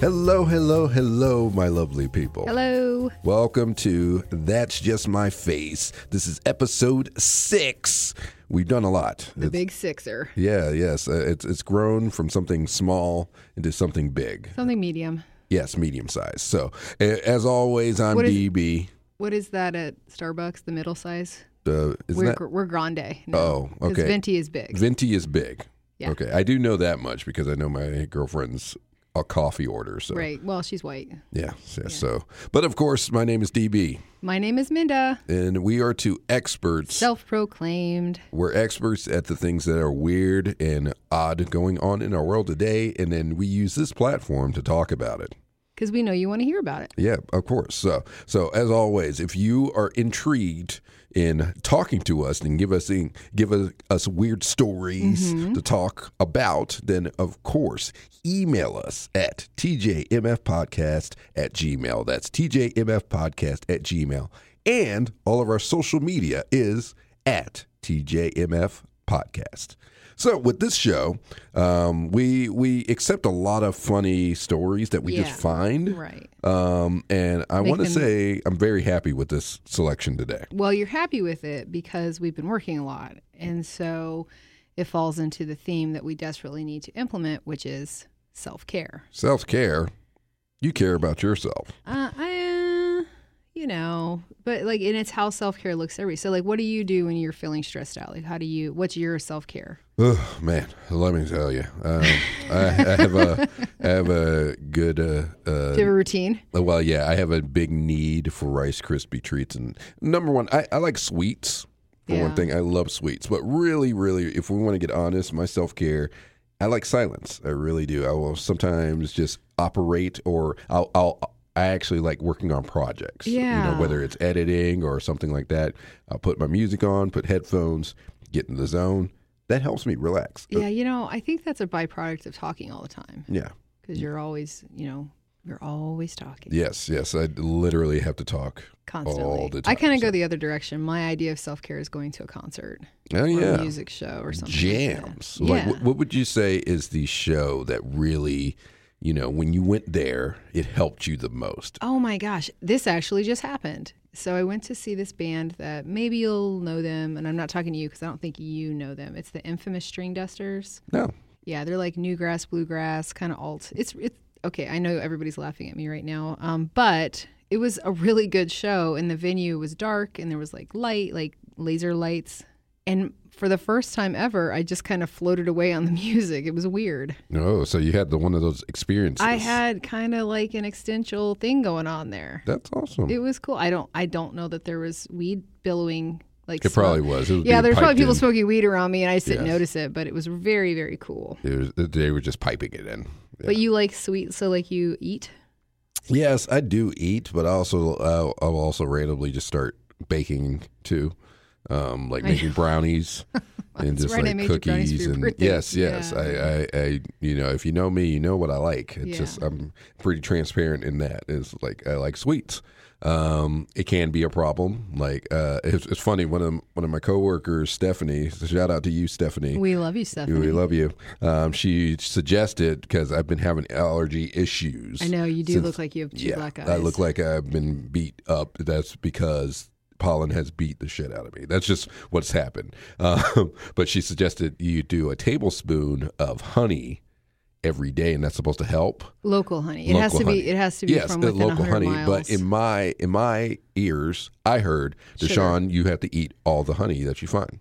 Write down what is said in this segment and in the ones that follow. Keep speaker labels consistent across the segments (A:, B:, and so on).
A: Hello, hello, hello, my lovely people.
B: Hello.
A: Welcome to That's Just My Face. This is episode six. We've done a lot.
B: The big sixer.
A: Yeah, yes. Uh, it's, it's grown from something small into something big.
B: Something medium.
A: Yes, medium size. So, a- as always, I'm
B: What is-
A: DB.
B: What is that at Starbucks? The middle size?
A: Uh, isn't
B: We're,
A: that?
B: gr- we're grande. No,
A: Oh,
B: 'cause
A: okay.
B: Venti is big.
A: Venti is big.
B: Yeah.
A: Okay. I do know that much because I know my girlfriend's a coffee order. So,
B: Right. Well, she's white.
A: yeah, so- So, but of course, my name is DB,
B: My name is Minda.
A: and we are two experts.
B: Self proclaimed.
A: We're experts at the things that are weird and odd going on in our world today, and then we use this platform to talk about it.
B: Because we know you want to hear about it.
A: Yeah, of course. So, so as always, if you are intrigued in talking to us and give us give us, us weird stories to talk about, then of course email us at tjmfpodcast at gmail. That's tjmfpodcast at gmail. And all of our social media is at tjmf podcast. So with this show, um, we we accept a lot of funny stories that we
B: Yeah.
A: just find.
B: Right.
A: Um, and I
B: Make
A: want to
B: them-
A: say I'm very happy with this selection today.
B: Well, you're happy with it because we've been working a lot. And so it falls into the theme that we desperately need to implement, which is self care.
A: Self care, you care about yourself.
B: Uh, I, uh, you know, but like, and it's how self care looks every. So, like, what do you do when you're feeling stressed out? Like, how do you? What's your self care?
A: Oh man, let me tell you, um, I, I have a I have a good uh, uh,
B: Do you have a routine?
A: well, yeah, I have a big need for Rice Krispie treats. And number one, I, I like sweets for one
B: Yeah.
A: thing. I love sweets, but really, really, if we want to get honest, my self care. I like silence. I really do. I will sometimes just operate, or I'll, I'll I actually like working on projects. you
B: Yeah.
A: know, whether it's editing or something like that. I'll put my music on, put headphones, get in the zone. That helps me relax.
B: Yeah, you know, I think that's a byproduct of talking all the time
A: yeah.
B: because you're always, you know, you're always talking
A: Yes. Yes. I literally have to talk.
B: constantly.
A: all the
B: I
A: time,
B: kind of
A: so-
B: go the other direction. My idea of self care is going to a concert
A: Oh
B: or
A: yeah.
B: a music show or something.
A: jams.
B: Like, that.
A: Like,
B: yeah.
A: what, what would you say is the show that really, you know, when you went there, it helped you the most?
B: Oh my gosh, this actually just happened. So I went to see this band that maybe you'll know them, and I'm not talking to you because I don't think you know them. It's the infamous String Dusters.
A: No.
B: Yeah, they're like newgrass, bluegrass, kind of alt. It's it's okay. I know everybody's laughing at me right now, um, but it was a really good show, and the venue was dark, and there was like light, like laser lights, and for the first time ever, I just kind of floated away on the music. It was weird.
A: No. So you had the one of those experiences.
B: I had kind of like an existential thing going on there.
A: That's awesome.
B: It
A: It,
B: was cool. I don't I don't know that there was weed billowing like smoke.
A: probably was. It was
B: Yeah,
A: being
B: there's probably
A: piped
B: people
A: in.
B: smoking weed around me and I just didn't
A: Yes.
B: notice it, but it was very, very cool.
A: It was- they were just piping it in. Yeah.
B: But you like sweet, so like you eat.
A: yes, I do eat, but also I'll, I'll also randomly just start baking too, um, like making brownies and
B: That's
A: just
B: right, I
A: like
B: made you brownies for
A: cookies
B: your
A: and
B: birthday.
A: yes, yes.
B: Yeah.
A: I, I, I, you know, if you know me, you know what I like. It's
B: Yeah.
A: just I'm pretty transparent in that. It's like I like sweets. Um, it can be a problem. Like uh, it's, it's funny. One of one of my coworkers, Stephanie. Shout out to you, Stephanie.
B: We love you, Stephanie.
A: We love you. Um, she suggested because I've been having allergy issues.
B: I know you do
A: Since-
B: look like you have two
A: Yeah,
B: black eyes.
A: I look like I've been beat up. That's because pollen has beat the shit out of me. That's just what's happened. Um, but she suggested you do a tablespoon of honey every day, and that's supposed to help.
B: local honey. It has to
A: Local honey.
B: be it has to be
A: yes,
B: from
A: the
B: within
A: local
B: 100
A: honey.
B: miles.
A: But in my in my ears, I heard
B: Sugar.
A: Deshaun, you have to eat all the honey that you find.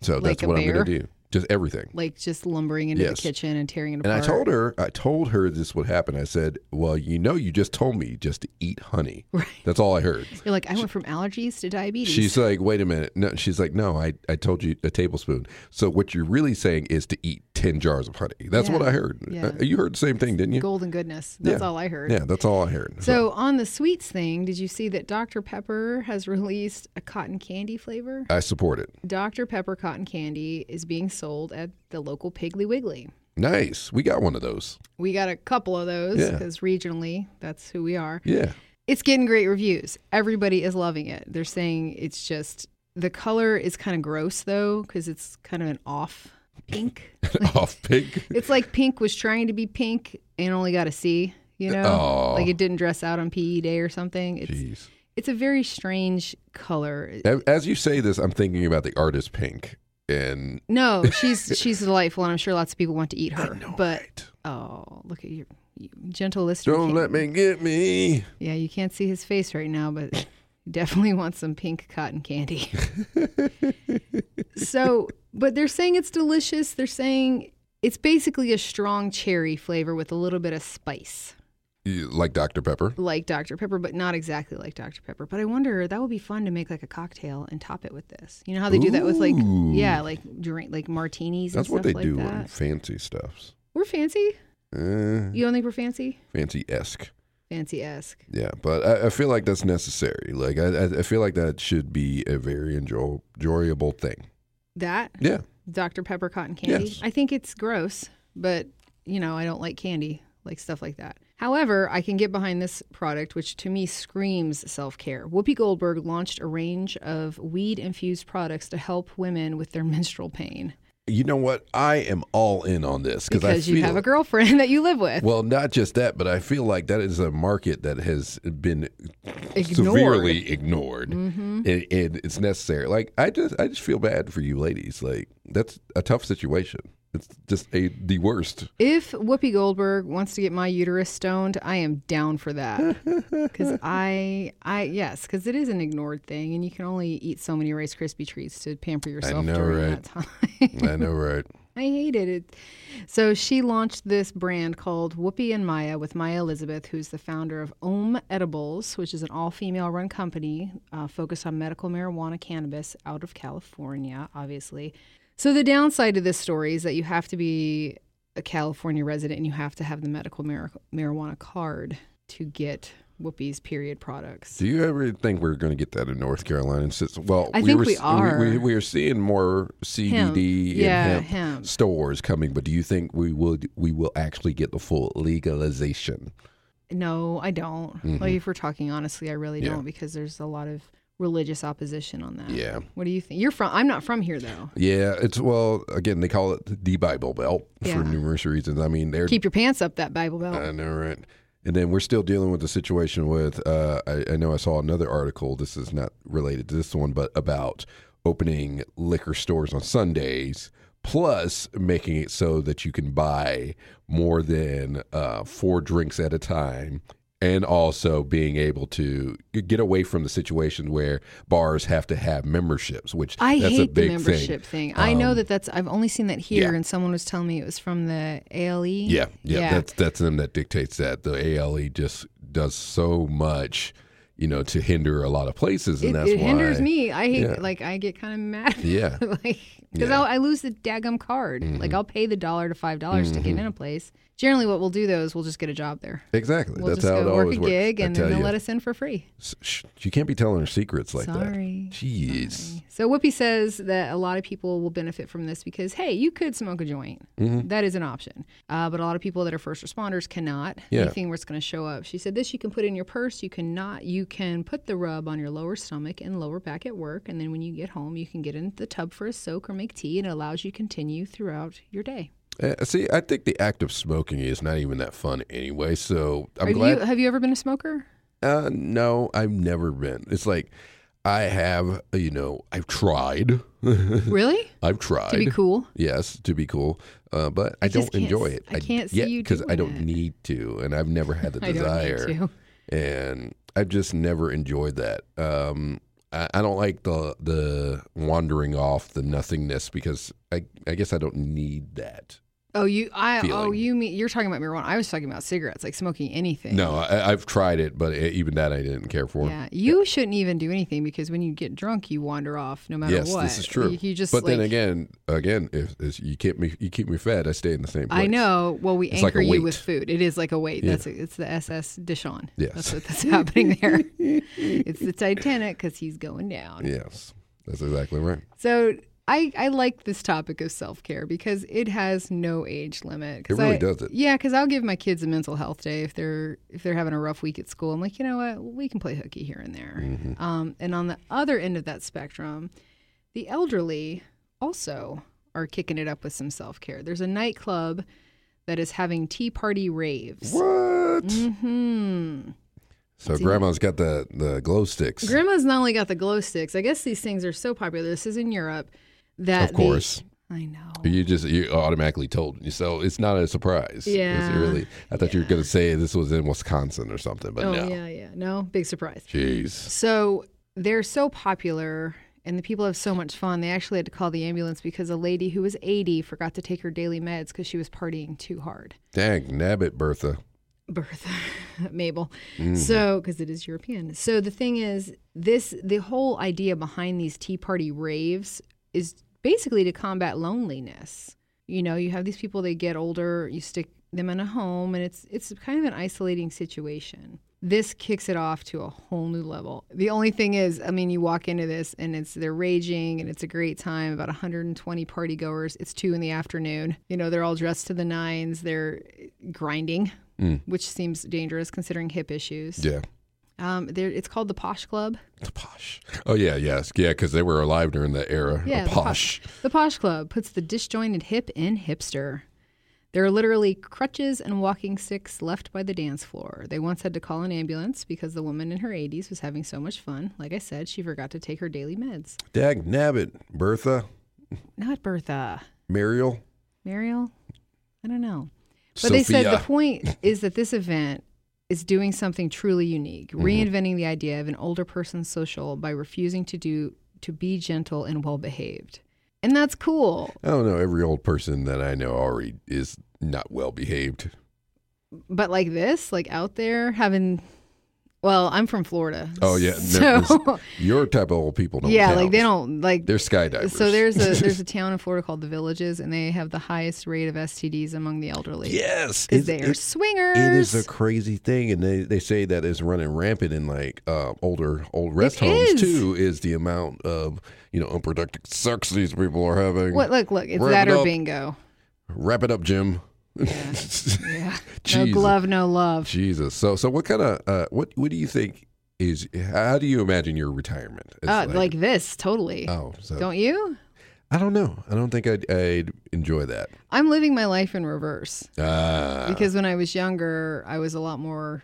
A: So that's
B: Like a
A: what I'm
B: bear?
A: going to do. Just everything.
B: like just lumbering into
A: Yes.
B: the kitchen and tearing it
A: And
B: apart.
A: I told her, I told her this would happen. I said, "Well, you know, you just told me just to eat honey."
B: Right.
A: That's all I heard.
B: You're like, I went from allergies to diabetes.
A: She's like, "Wait a minute." No, she's like, "No, I, I told you a tablespoon." So what you're really saying is to eat ten jars of honey. That's what
B: Yeah.
A: I heard.
B: Yeah.
A: Uh, you heard the same thing, didn't you?
B: golden goodness. That's
A: Yeah.
B: all I heard.
A: Yeah, that's all I heard.
B: So on the sweets thing, did you see that Dr. Pepper has released a cotton candy flavor?
A: I support it.
B: Dr. Pepper cotton candy is being sold at the local Piggly Wiggly.
A: Nice. We got one of those.
B: We got a couple of those
A: Yeah.
B: because regionally, that's who we are.
A: Yeah.
B: It's getting great reviews. Everybody is loving it. They're saying it's just the color is kind of gross though because it's kind of an off pink.
A: Off pig.
B: it's like pink was trying to be pink and only got a C. you know,
A: Aw.
B: like it didn't dress out on PE day or something. It's
A: Jeez.
B: it's a very strange color.
A: A- As you say this, I'm thinking about the artist Pink, and
B: No, she's she's delightful, and I'm sure lots of people want to eat her. but
A: right.
B: oh, look at your you- gentle listener.
A: don't
B: can't-
A: let me get me.
B: Yeah, you can't see his face right now, but he definitely wants some pink cotton candy. so, but they're saying it's delicious. They're saying it's basically a strong cherry flavor with a little bit of spice,
A: You- Like Dr. Pepper.
B: like Dr. Pepper, but not exactly like Dr. Pepper. But I wonder that would be fun to make like a cocktail and top it with this. You know how Oh, they do that with like
A: Ooh.
B: yeah, like drink like martinis.
A: That's
B: and
A: what they
B: stuff like
A: do
B: That.
A: on fancy stuffs.
B: We're fancy.
A: Eh,
B: You don't think we're fancy?
A: fancy esque.
B: Fancy esque.
A: Yeah, but I, I feel like that's necessary. Like I, I- I feel like that should be a very enjoy- enjoyable thing.
B: That
A: Yeah,
B: Dr. Pepper cotton candy.
A: Yes.
B: I think it's gross, but you know, I don't like candy, like stuff like that. However, I can get behind this product, which to me screams self care. Whoopi Goldberg launched a range of weed infused products to help women with their menstrual pain
A: you know what? I am all in on this because I
B: because
A: feel
B: you have a girlfriend that you live with.
A: well, not just that, but I feel like that is a market that has been
B: Ignored. Mm-hmm.
A: severely ignored, and, and it's necessary. Like I just, I just feel bad for you ladies. Like that's a tough situation. It's just a the worst.
B: If Whoopi Goldberg wants to get my uterus stoned, I am down for that. Because I, I yes, because it is an ignored thing, and you can only eat so many Rice Krispie treats to pamper yourself
A: know,
B: during
A: right?
B: that time.
A: I know, right?
B: I hated it. So she launched this brand called Whoopi and Maya with Maya Elizabeth, who's the founder of Ohm Edibles, which is an all-female run company uh, focused on medical marijuana cannabis out of California, obviously. So the downside to this story is that you have to be a California resident and you have to have the medical mar- marijuana card to get Whoopi's period products.
A: Do you ever think we're going to get that in North Carolina? And since- well,
B: I think
A: were,
B: we are.
A: We, we, we are seeing more CBD and
B: Yeah,
A: hemp,
B: hemp.
A: stores coming, but do you think we will we will actually get the full legalization?
B: No, I don't. Like if we're talking honestly, I really
A: Mm-hmm. Yeah.
B: don't because there's a lot of religious opposition on that.
A: Yeah.
B: What do you think? You're from I'm not from here though.
A: Yeah, it's well again they call it the Bible Belt
B: Yeah.
A: for numerous reasons. I mean, they're
B: Keep your pants up that Bible belt.
A: I know, right? And then we're still dealing with the situation with. Uh, I, I know I saw another article. This is not related to this one, but about opening liquor stores on Sundays, plus making it so that you can buy more than uh, four drinks at a time, and also being able to get away from the situation where bars have to have memberships, which
B: I
A: that's a
B: hate the
A: big
B: membership
A: thing. Um,
B: thing. I know that that's I've only seen that here
A: yeah.
B: and someone was telling me it was from the E. ALE.
A: Yeah, yeah, that's that's them that dictates that. The ALE just does so much, you know, to hinder a lot of places, and
B: it,
A: that's
B: it
A: why.
B: hinders me. I hate
A: Yeah.
B: like I get kind of mad.
A: Yeah.
B: like because
A: Yeah. Mm-hmm.
B: I lose the daggum card. Like I'll pay the dollar to five dollars to get in a place. Generally, what we'll do though is we'll just get a job there.
A: Exactly.
B: We'll
A: that's
B: just
A: how
B: go
A: it
B: work
A: always
B: a
A: works.
B: gig
A: I
B: and
A: tell
B: then they'll
A: you.
B: let us in for free.
A: S- sh- you can't be telling her secrets like
B: Sorry.
A: that. Jeez.
B: So Whoopi says that a lot of people will benefit from this because hey, you could smoke a joint.
A: Mm-hmm.
B: That is an option. Uh, but a lot of people that are first responders cannot.
A: Yeah.
B: Anything where it's going to show up. She said this you can put in your purse. You cannot. You can put the rub on your lower stomach and lower back at work, and then when you get home, you can get in the tub for a soak or make tea, and it allows you to continue throughout your day.
A: Uh, see, I think the act of smoking is not even that fun anyway. So I'm
B: Have
A: glad.
B: you have you ever been a smoker?
A: Uh, no, I've never been. It's like I have, you know, I've tried.
B: really?
A: I've tried.
B: To be cool.
A: Yes, to be cool, uh, but I,
B: just
A: don't
B: can't
A: enjoy
B: s-
A: it.
B: I can't see you
A: because I
B: doing
A: don't
B: it.
A: need to, and I've never had the
B: I don't need
A: desire,
B: to.
A: and I've just never enjoyed that. Um, I, I don't like the the wandering off the nothingness because I I guess I don't need that.
B: Oh, you I oh
A: Feeling.
B: you mean you're talking about marijuana? I was talking about cigarettes, like smoking anything.
A: No, I, I've tried it, but e, even that I didn't care for.
B: Yeah, you shouldn't even do anything because when you get drunk, you wander off no matter
A: Yes,
B: what.
A: this is true.
B: You, you just
A: but then
B: like-
A: again, again, if, if you keep me you keep me fed, I stay in the same place.
B: I know. Well, we
A: It's like
B: anchor
A: a
B: you with
A: weight.
B: food. It is like a weight. That's it's the SS Dishon.
A: Yes.
B: that's what that's happening there. it's the Titanic because he's going down.
A: Yes, that's exactly right.
B: So I, I like this topic of self care because it has no age limit. 'Cause
A: It really
B: I-
A: does it.
B: Yeah, because I'll give my kids a mental health day if they're if they're having a rough week at school. I'm like, you know what, we can play hooky here and there.
A: Mm. Mm-hmm.
B: Um, and on the other end of that spectrum, the elderly also are kicking it up with some self care. There's a nightclub that is having tea party raves.
A: What? What?
B: Hmm.
A: So grandma's got the the glow sticks.
B: Grandma's not only got the glow sticks. I guess these things are so popular. This is in Europe. That
A: of course,
B: They, I know.
A: you just you automatically told me, so it's not a surprise. It's
B: Yeah.
A: really. I thought you were going to say this was in Wisconsin or something, but
B: oh
A: no.
B: yeah, yeah. No, big surprise.
A: Jeez.
B: So they're so popular and the people have so much fun. They actually had to call the ambulance because a lady who was 80 forgot to take her daily meds because she was partying too hard.
A: Dang, nabbit, Bertha. Mm.
B: Bertha, Mabel.
A: Mm-hmm.
B: So, because it is European. So the thing is, this the whole idea behind these Tea Party raves is basically to combat loneliness. You know, you have these people; they get older. You stick them in a home, and it's it's kind of an isolating situation. This kicks it off to a whole new level. The only thing is, I mean, you walk into this and it's they're raging and it's a great time. About 120 party goers. It's two in the afternoon. You know, they're all dressed to the nines. They're grinding, which seems dangerous considering hip issues.
A: Yeah.
B: Um, there, it's called the Posh Club.
A: The posh. Oh yeah, yes, yeah, because they were alive during that era.
B: Yeah,
A: A
B: the
A: posh.
B: posh. The Posh Club puts the disjointed hip in hipster. There are literally crutches and walking sticks left by the dance floor. They once had to call an ambulance because the woman in her 80s was having so much fun. Like I said, she forgot to take her daily meds.
A: Dag nabbit, Bertha,
B: Not Bertha.
A: Mariel.
B: Mariel? I don't know. But they said the
A: Sophia.
B: point is that this event is doing something truly unique, reinventing the idea of an older person's social by refusing to do to be gentle and well behaved. And that's cool.
A: I don't know. Every old person that I know already is not well behaved.
B: But like this, like out there having well, I'm from Florida.
A: Oh yeah, no,
B: So
A: it's- your type of old people don't.
B: yeah,
A: count.
B: like they don't like
A: They're skydivers.
B: so there's a there's a town in Florida called the Villages and they have the highest rate of STDs among the elderly.
A: yes,
B: Because
A: it's-
B: they are
A: it-
B: swingers.
A: It is a crazy thing, and they, they say that it's running rampant in like uh, older old rest
B: It
A: homes
B: is.
A: too. Is the amount of you know unproductive sex these people are having?
B: what look, look, it's
A: Wrap
B: that
A: it
B: or
A: up.
B: bingo.
A: Wrap it up, Jim.
B: Yeah. No
A: Jesus.
B: glove, no love.
A: Jesus. So so what kind of uh, what what do you think is? How do you imagine your retirement? It's
B: Uh, like, this, totally.
A: oh, so
B: Don't you?
A: I don't know. I don't think I'd, I'd enjoy that.
B: I'm living my life in reverse
A: Uh,
B: because when I was younger, I was a lot more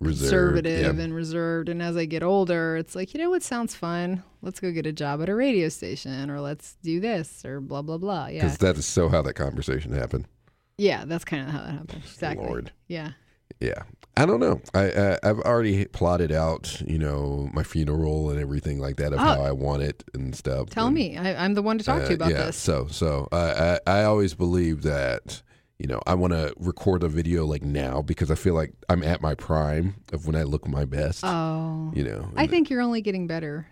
A: reserved.
B: conservative
A: Yeah.
B: and reserved. And as I get older, it's like, you know what sounds fun? Let's go get a job at a radio station or let's do this or blah, blah, blah. Yeah.
A: Because that is so how that conversation happened.
B: Yeah. That's kind of how that happened. Exactly.
A: Lord.
B: Yeah.
A: Yeah. I don't know. I, I I've already plotted out, you know, my funeral and everything like that of
B: Oh.
A: how I want it and stuff.
B: Tell
A: And,
B: me. I, I'm the one to talk to
A: uh,
B: you about
A: yeah.
B: this.
A: So so I, I I always believe that you know I want to record a video like now because I feel like I'm at my prime of when I look my best.
B: Oh.
A: you know.
B: I think you're only getting better.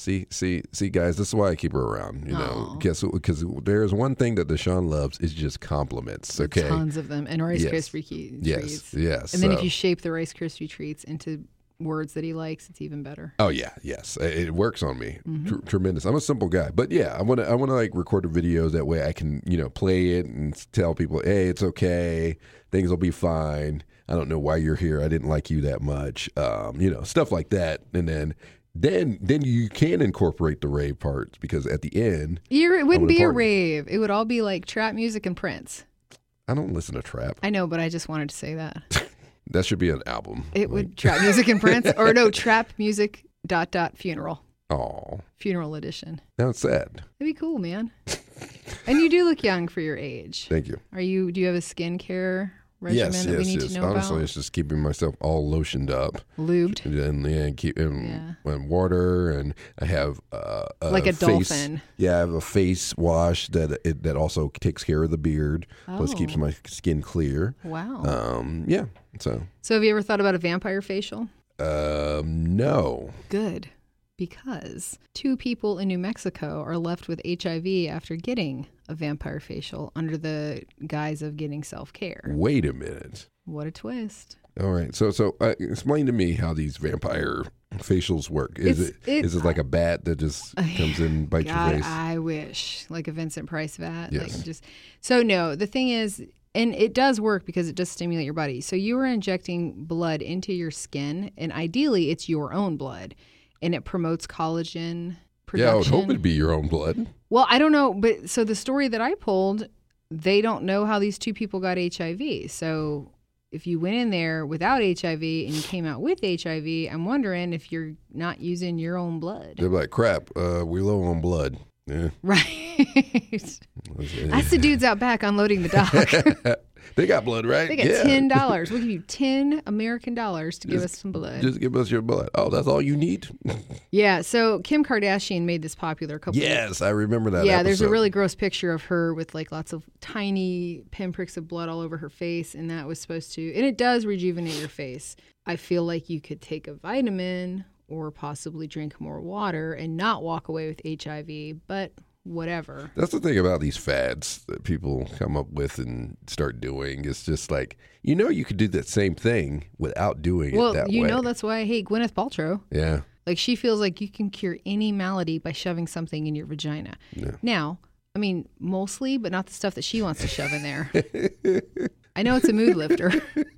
A: See, see, see, guys. This is why I keep her around. You know,
B: Aw.
A: guess because there is one thing that Deshaun loves is just compliments. Okay.
B: Tons of them. And Rice
A: Yes.
B: Krispie cookies.
A: Yes. Yes.
B: And then if
A: so-
B: you shape the Rice Krispie treats into words that he likes, it's even better.
A: Oh yeah, yes, it it works on me.
B: Mm-hmm.
A: Tr- tremendous. I'm a simple guy, but yeah, I want to. I want to like record the videos that way I can you know play it and s- tell people, hey, it's okay, things will be fine. I don't know why you're here. I didn't like you that much. Um, you know, stuff like that, and then. Then, then you can incorporate the rave parts because at the end,
B: You're, it wouldn't
A: wanna
B: be a
A: party.
B: rave. It would all be like trap music and Prince.
A: I don't listen to trap.
B: I know, but I just wanted to say that
A: That should be an album.
B: it would trap music and Prince, or no, trap music dot dot funeral
A: Oh,
B: funeral edition.
A: now it's sad.
B: That'd be cool, man. and you do look young for your age.
A: Thank you.
B: Are you? Do you have a skincare regimen
A: yes,
B: that
A: yes,
B: we need
A: yes.
B: to know
A: Honestly,
B: about?
A: it's just keeping myself all lotioned up.
B: Lubed
A: and yeah, keep and, and water and I have uh, a
B: Like a
A: face-
B: dolphin.
A: Yeah, I have a face wash that it, that also takes care of the beard, plus keeps
B: Oh.
A: my skin clear.
B: Wow.
A: Um, yeah, so
B: so have you ever thought about a vampire facial?
A: um, no,
B: Good. Because two people in New Mexico are left with HIV after getting a vampire facial under the guise of getting self care.
A: wait a minute.
B: What a twist.
A: All right, so so uh, explain to me how these vampire facials work. Is
B: It's-
A: it,
B: it- Oh,
A: is it like a bat that just comes in and bites
B: God, uh,
A: your face?
B: I wish like a Vincent Price vat.
A: Yes.
B: Like just so no. The thing is, and it does work because it does stimulate your body. So you are injecting blood into your skin, and ideally, it's your own blood, and it promotes collagen production.
A: yeah, I would hope it'd be your own blood.
B: Well, I don't know, but so the story that I pulled, they don't know how these two people got HIV. So if you went in there without HIV and you came out with HIV, I'm wondering if you're not using your own blood.
A: They're like, crap, uh, we're low on blood. Yeah.
B: Right. That's the dudes out back unloading the dock.
A: they got blood, right?
B: They got
A: yeah.
B: ten dollars. We'll give you ten American dollars to give us some blood.
A: Just give us your blood. Oh, that's all you need?
B: yeah. So Kim Kardashian made this popular a couple.
A: yes, I remember that.
B: Yeah, there's a
A: episode.
B: really gross picture of her with like lots of tiny pinpricks of blood all over her face, and that was supposed to, and it does rejuvenate your face. I feel like you could take a vitamin or possibly drink more water and not walk away with HIV, but whatever.
A: That's the thing about these fads that people come up with and start doing. It's just like, you know, you could do that same thing without doing it
B: Well,
A: that
B: you
A: way.
B: know that's why I hate Gwyneth Paltrow.
A: yeah.
B: Like she feels like you can cure any malady by shoving something in your vagina. Now, I mean, mostly, but not the stuff that she wants to shove in there. I know it's a mood lifter.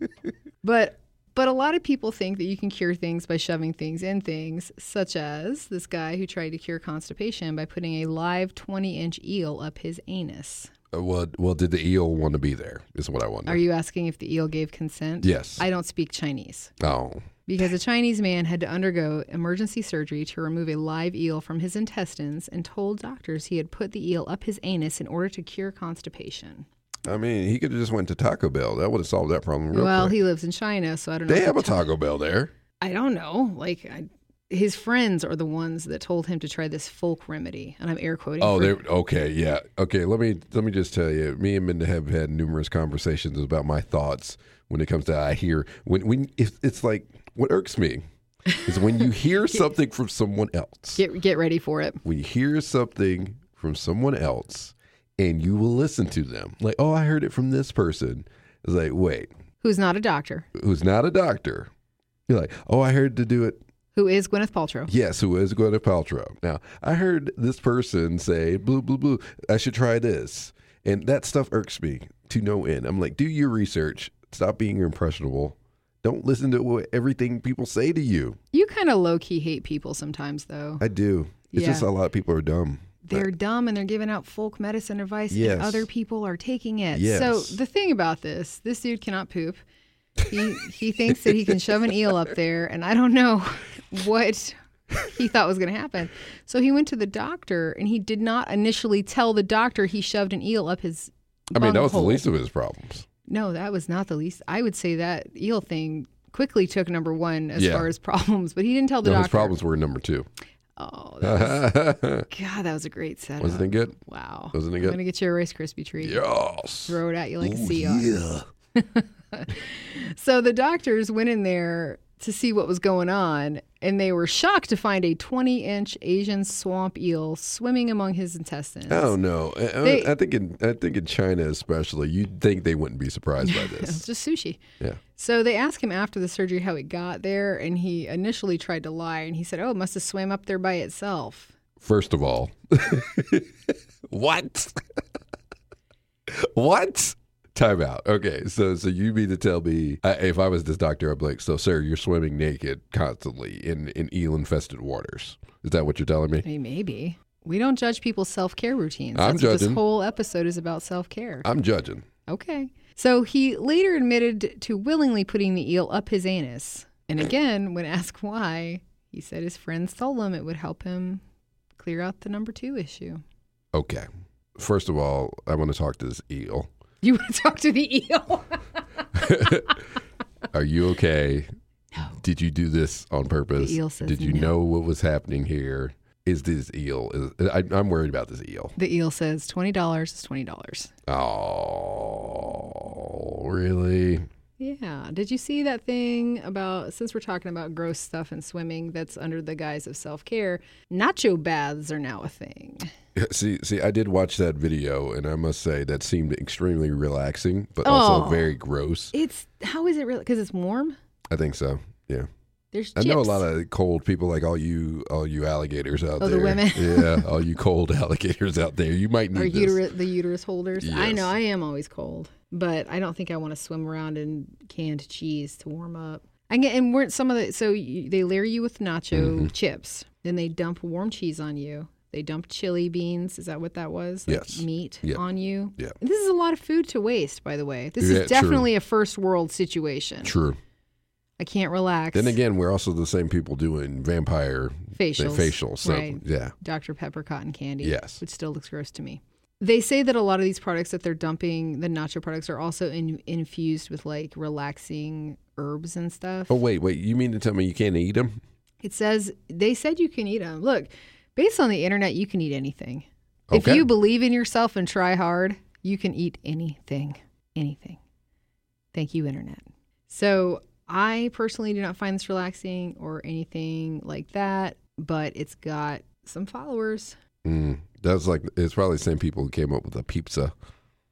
B: but but a lot of people think that you can cure things by shoving things in things, such as this guy who tried to cure constipation by putting a live 20-inch eel up his anus.
A: Uh, Well, well, did the eel want to be there? Is what I wonder.
B: Are you asking if the eel gave consent?
A: Yes.
B: I don't speak Chinese.
A: oh,
B: because a Chinese man had to undergo emergency surgery to remove a live eel from his intestines and told doctors he had put the eel up his anus in order to cure constipation.
A: I mean, he could have just went to Taco Bell. That would have solved that problem real
B: well,
A: quick.
B: he lives in China, so I don't know.
A: They
B: if
A: have
B: the
A: a Taco Bell there.
B: Chi- I don't know. Like I, his friends are the ones that told him to try this folk remedy, and I'm air quoting.
A: Oh,
B: for-
A: they okay, yeah, okay. Let me let me just tell you, me and Minda have had numerous conversations about my thoughts when it comes to I hear when when if it's like what irks me is when you hear something from someone else.
B: get get ready for it.
A: When you hear something from someone else, and you will listen to them, like oh, I heard it from this person. It's like wait,
B: Who's not a doctor?
A: who's not a doctor? You're like oh, I heard to do it
B: Who is Gwyneth Paltrow?
A: Yes, who is Gwyneth Paltrow. Now, I heard this person say, blue, blue, blue, I should try this. And that stuff irks me to no end. I'm like, do your research. Stop being impressionable. Don't listen to what, everything people say to you.
B: You kind of low key hate people sometimes, though.
A: I do. It's
B: Yeah.
A: just a lot of people are dumb.
B: they're dumb and they're giving out folk medicine advice
A: Yes.
B: and other people are taking it.
A: Yes.
B: So the thing about this, this dude cannot poop. He he thinks that he can shove an eel up there and I don't know what he thought was going to happen. So he went to the doctor and he did not initially tell the doctor he shoved an eel up his
A: I mean, that was
B: bunghole.
A: the least of his problems.
B: No, that was not the least. I would say that eel thing quickly took number 1 as
A: Yeah.
B: far as problems, but he didn't tell the
A: No,
B: doctor.
A: his problems were number two.
B: Oh, that-
A: Wasn't
B: god, that was a great setup.
A: it good?
B: Wow.
A: Wasn't it
B: I'm
A: good?
B: going to get you a Rice Krispie treat.
A: Yes.
B: Throw it at you like a
A: Ooh,
B: sea otter.
A: yeah.
B: So the doctors went in there to see what was going on, and they were shocked to find a 20 inch Asian swamp eel swimming among his intestines.
A: I don't know. I- I-
B: They-
A: uh, I think in I think in China especially, you'd think they wouldn't be surprised by this.
B: It's just sushi.
A: Yeah.
B: So they asked him after the surgery how he got there, and he initially tried to lie, and he said, Oh, it must have swam up there by itself.
A: First of all, what? what? Time out. Okay, so so you mean to tell me I, if I was this doctor, I'd be like, so sir, you're swimming naked constantly in in eel infested waters. Is that what you're telling me?
B: I mean, maybe. We don't judge people's self care routines.
A: I'm
B: That's what This
A: judging.
B: whole episode is about self care.
A: I'm judging.
B: Okay. So he later admitted to willingly putting the eel up his anus. And again, when asked why, he said his friends told him it would help him clear out the number two issue.
A: Okay. First of all, I want to talk to this eel.
B: You want to talk to the eel?
A: Are you okay? Did you do this on purpose?
B: The eel says
A: Did you
B: no.
A: know what was happening here? Is this eel? Is, I, I'm worried about this eel.
B: the eel says $20 is $20.
A: Oh, really?
B: Yeah. Did you see that thing about, since we're talking about gross stuff and swimming that's under the guise of self care, nacho baths are now a thing.
A: See, see, I did watch that video, and I must say that seemed extremely relaxing, but also
B: Oh.
A: very gross.
B: It's, how is it really? Because it's warm?
A: I think so. Yeah,
B: There's
A: I
B: chips.
A: know a lot of cold people, like all you, all you alligators out
B: Oh, the
A: there.
B: women.
A: yeah, all you cold alligators out there. You might
B: Or
A: need this.
B: uterus, the uterus holders. I know
A: Yes.
B: I am always cold, but I don't think I want to swim around in canned cheese to warm up. I get, and
A: Mm-hmm.
B: weren't some of the so you, they layer you with nacho chips, then they dump warm cheese on you, They dumped chili beans. Is that what that was? Like
A: Yes.
B: Meat
A: Yeah.
B: on you.
A: Yeah.
B: This is a lot of food to waste, by the way. This
A: Yeah, true.
B: is definitely a first world situation.
A: True.
B: I can't relax.
A: Then again, we're also the same people doing vampire thing-
B: facials.
A: facials. So
B: Right.
A: yeah,
B: Dr. Pepper cotton candy.
A: Yes.
B: Which still looks gross to me. They say that a lot of these products that they're dumping, the nacho products, are also in, infused with like relaxing herbs and stuff.
A: Oh wait, wait. You mean to tell me you can't eat them?
B: It says they said you can eat them. Look, based on the internet, you can eat anything.
A: Okay.
B: If you believe in yourself and try hard, you can eat anything. Anything. Thank you, internet. So I personally do not find this relaxing or anything like that, but it's got some followers.
A: Mm, that's like it's probably the same people who came up with the pizza.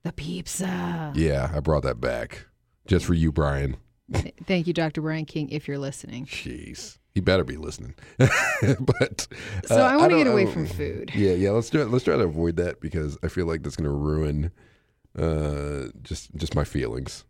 B: The pizza.
A: Yeah, I brought that back just for you, Brian.
B: Thank you, Dr. Brian King, if you're listening.
A: Jeez, he better be listening. but
B: So
A: uh,
B: I want to
A: don't-
B: get away
A: don't-
B: from food.
A: Yeah, yeah. Let's do it. Let's try to avoid that because I feel like that's going to ruin uh, just just my feelings.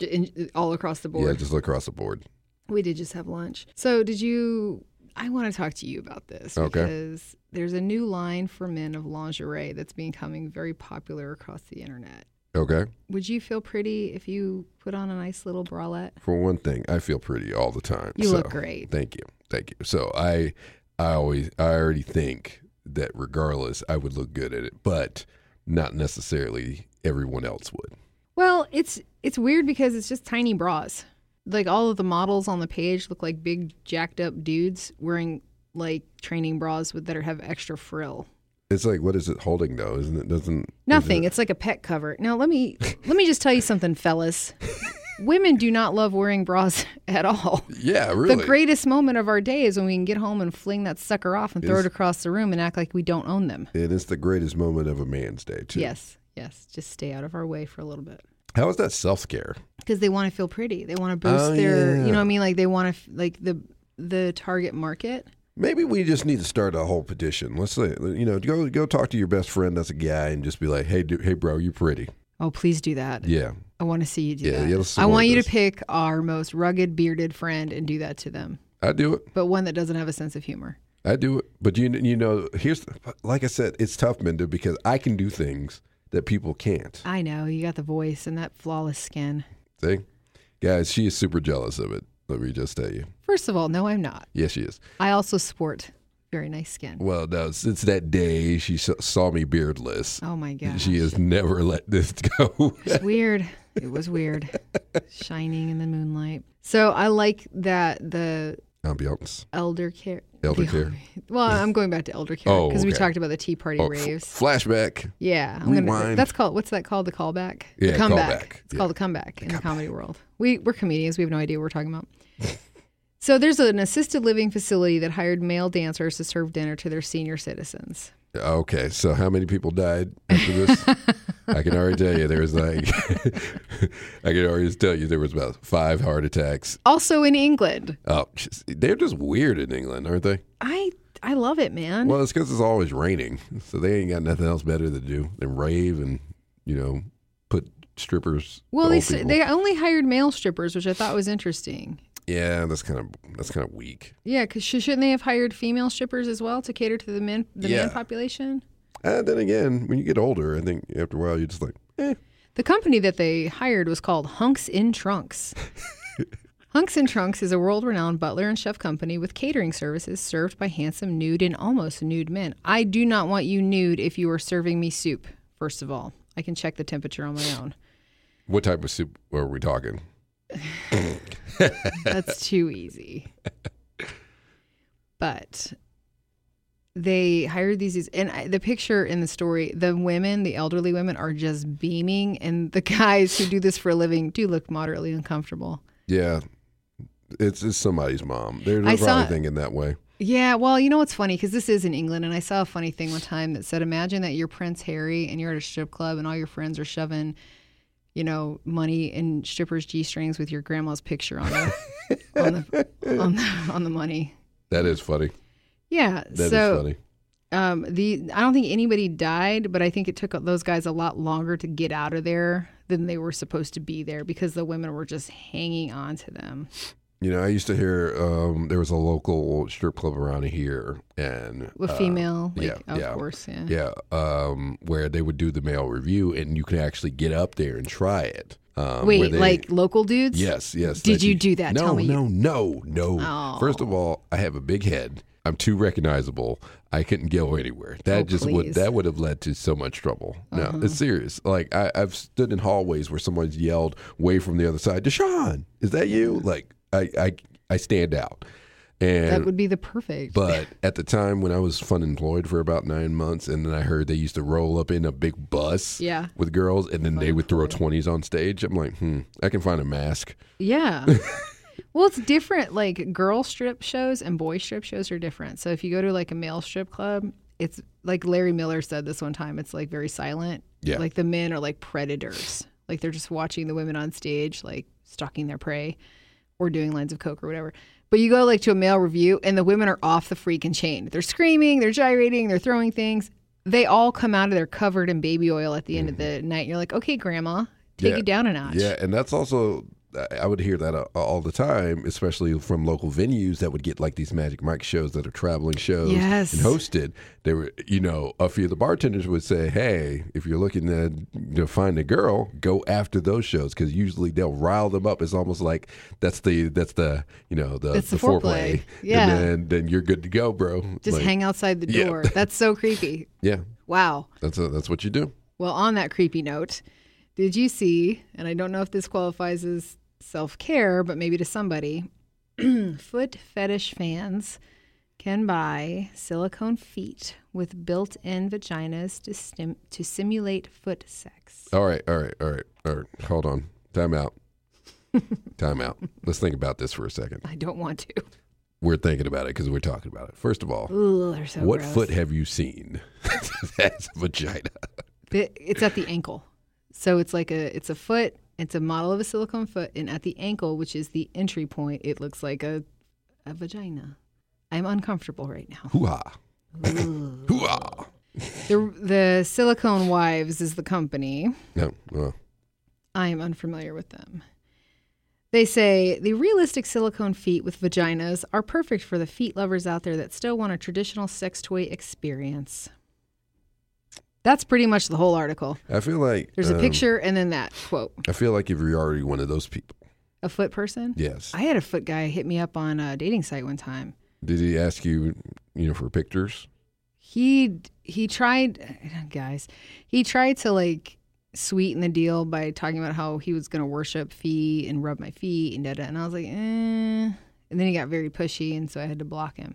B: J- in- All across the board.
A: Yeah, just across the board.
B: We did just have lunch. So, did you? I want to talk to you about this
A: Okay.
B: because there's a new line for men of lingerie that's becoming very popular across the internet.
A: Okay.
B: Would you feel pretty if you put on a nice little bralette?
A: For one thing, I feel pretty all the time.
B: You
A: so.
B: look great.
A: Thank you. Thank you. So I I always I already think that regardless I would look good at it, but not necessarily everyone else would.
B: Well, it's it's weird because it's just tiny bras. Like all of the models on the page look like big jacked up dudes wearing like training bras with that are, have extra frill.
A: It's like what is it holding though? Isn't it doesn't
B: Nothing. It's like a pet cover. Now let me let me just tell you something, fellas. Women do not love wearing bras at all.
A: Yeah, really.
B: The greatest moment of our day is when we can get home and fling that sucker off and throw
A: Is-
B: it across the room and act like we don't own them.
A: and it's the greatest moment of a man's day too.
B: Yes, yes. Just stay out of our way for a little bit
A: How is that self care?
B: because they want to feel pretty. They want to boost
A: Oh,
B: their.
A: yeah.
B: You know what I mean? Like they want to f- like the the target market.
A: Maybe we just need to start a whole petition. Let's say you know, go go talk to your best friend that's a guy and just be like, Hey dude, hey bro, you pretty.
B: Oh, please do that.
A: Yeah.
B: I want to see you do
A: Yeah,
B: that.
A: yeah, let's see
B: I
A: more
B: want
A: of
B: you
A: this.
B: to pick our most rugged bearded friend and do that to them,
A: I do it.
B: but one that doesn't have a sense of humor.
A: I do it, but you you know here's like I said, it's tough, Minda, because I can do things that people can't.
B: I know you got the voice and that flawless skin.
A: See, guys, she is super jealous of it. Let me just tell you.
B: First of all, no, I'm not.
A: Yes, she is.
B: I also sport very nice skin.
A: Well, no, since that day she s- saw me beardless,
B: Oh my gosh,
A: she has never let this go.
B: it's weird. It was weird, shining in the moonlight. So I like that the
A: Ambiance,
B: elder care.
A: elder care.
B: Well, I'm going back to elder care
A: Oh,
B: because we
A: okay.
B: talked about the Tea Party
A: Oh, f-
B: raves.
A: flashback.
B: Yeah, I'm gonna,
A: rewind.
B: that's called what's that called? The callback.
A: Yeah,
B: the comeback.
A: callback.
B: It's called the comeback in the comedy world. We we're comedians. We have no idea what we're talking about. so there's an assisted living facility that hired male dancers to serve dinner to their senior citizens.
A: Oh, Okay, so how many people died after this? I can already tell you there was like, I can already tell you there was about five heart attacks
B: Also in England.
A: Oh, just- they're just weird in England, aren't they?
B: I I love it, man.
A: Well, it's because it's always raining, so they ain't got nothing else better to do than rave and you know put strippers.
B: Well,
A: to
B: they
A: old
B: s-
A: people.
B: they only hired male strippers, which I thought was interesting.
A: yeah, that's kind of that's kind of weak.
B: Yeah, because shouldn't they have hired female strippers as well to cater to the men the
A: Yeah.
B: man population?
A: And then again, when you get older, I think after a while you're just like, eh,
B: The company that they hired was called Hunks in Trunks. Hunks in Trunks is a world-renowned butler and chef company with catering services served by handsome, nude, and almost nude men. I do not want you nude if you are serving me soup. First of all, I can check the temperature on my own.
A: what type of soup are we talking?
B: That's too easy. But they hired these, and I, the picture in the story, the women, the elderly women, are just beaming, and the guys who do this for a living do look moderately uncomfortable.
A: Yeah, it's, it's somebody's mom. They're, they're
B: I
A: probably
B: saw-
A: thinking that way.
B: Yeah, well, you know what's funny? Because this is in England, and I saw a funny thing one time that said, Imagine that you're Prince Harry and you're at a strip club, and all your friends are shoving, you know, money in strippers' G strings with your grandma's picture on the, on, the, on, the, on the money.
A: That is funny.
B: Yeah.
A: That is
B: so
A: funny.
B: um, the I don't think anybody died, but I think it took those guys a lot longer to get out of there than they were supposed to be there because the women were just hanging on to them.
A: You know, I used to hear um, there was a local strip club around here, and
B: With
A: uh,
B: female, like,
A: yeah,
B: of
A: yeah.
B: course, yeah.
A: yeah, um, where they would do the male review, and you could actually get up there and try it. Um, where
B: Wait,
A: they-
B: like local dudes?
A: yes, yes.
B: Did you do that?
A: No,
B: Tell me you-
A: no, no, no.
B: Oh.
A: First of all, I have a big head. I'm too recognizable. I couldn't go anywhere. That
B: Oh,
A: just
B: please. Uh-huh.
A: would that would have led to so much trouble. No, it's serious. Like I, I've stood in hallways where someone's yelled way from the other side, Deshaun, is that you? Like I, I, I stand out. And
B: That would be the perfect.
A: but at the time when I was fun employed for about nine months, and then I heard they used to roll up in a big bus
B: Yeah.
A: with girls, and then they would throw 20s on stage. I'm like, hmm, I can find a mask.
B: Yeah. well, it's different. Like girl strip shows and boy strip shows are different. So if you go to like a male strip club, it's like Larry Miller said this one time, it's like very silent.
A: Yeah.
B: Like the men are like predators. Like they're just watching the women on stage, like stalking their prey or doing lines of coke or whatever. But you go like to a male review and the women are off the freaking chain. They're screaming, they're gyrating, they're throwing things. They all come out of there covered in baby oil at the end of the night. You're like, okay, grandma,
A: Mm-hmm.
B: take
A: Yeah.
B: it down a notch.
A: Yeah, and that's also I- I would hear that uh, all the time, especially from local venues that would get like these Magic Mike shows that are traveling shows
B: Yes.
A: and hosted. They were, you know, a few of the bartenders would say, "Hey, if you're looking to, to find a girl, go after those shows because usually they'll rile them up. It's almost like that's the that's the you know the,
B: That's the foreplay. Yeah.
A: and then then you're good to go, bro.
B: Just
A: Like,
B: hang outside the
A: Yeah.
B: door. That's so creepy.
A: yeah,
B: Wow.
A: that's a, that's what you do.
B: Well, on that creepy note, did you see, and I don't know if this qualifies as self care, but maybe to somebody, foot fetish fans can buy silicone feet with built in vaginas to, stim- to simulate foot sex.
A: All right, all right, all right, all right. Hold on, time out, time out. Let's think about this for a second.
B: I don't want to.
A: we're thinking about it because we're talking about it. First of all,
B: Ooh, they're so
A: what
B: gross.
A: foot have you seen that's a vagina?
B: It- It's at the ankle. So it's like a it's a foot, it's a model of a silicone foot, and at the ankle, which is the entry point, it looks like a a vagina. I'm uncomfortable right now.
A: Hoo ha. Hoo ha.
B: The the Silicone Wives is the company.
A: No, well,
B: I am unfamiliar with them. They say the realistic silicone feet with vaginas are perfect for the feet lovers out there that still want a traditional sex toy experience. That's pretty much the whole article.
A: I feel like
B: There's a
A: um,
B: picture and then that quote.
A: I feel like if you're already one of those people,
B: A foot person?
A: yes.
B: I had a foot guy hit me up on a dating site one time.
A: Did he ask you, you know, for pictures?
B: He he tried guys. He tried to like sweeten the deal by talking about how he was going to worship feet and rub my feet and da da. And I was like, eh. And then he got very pushy, and so I had to block him.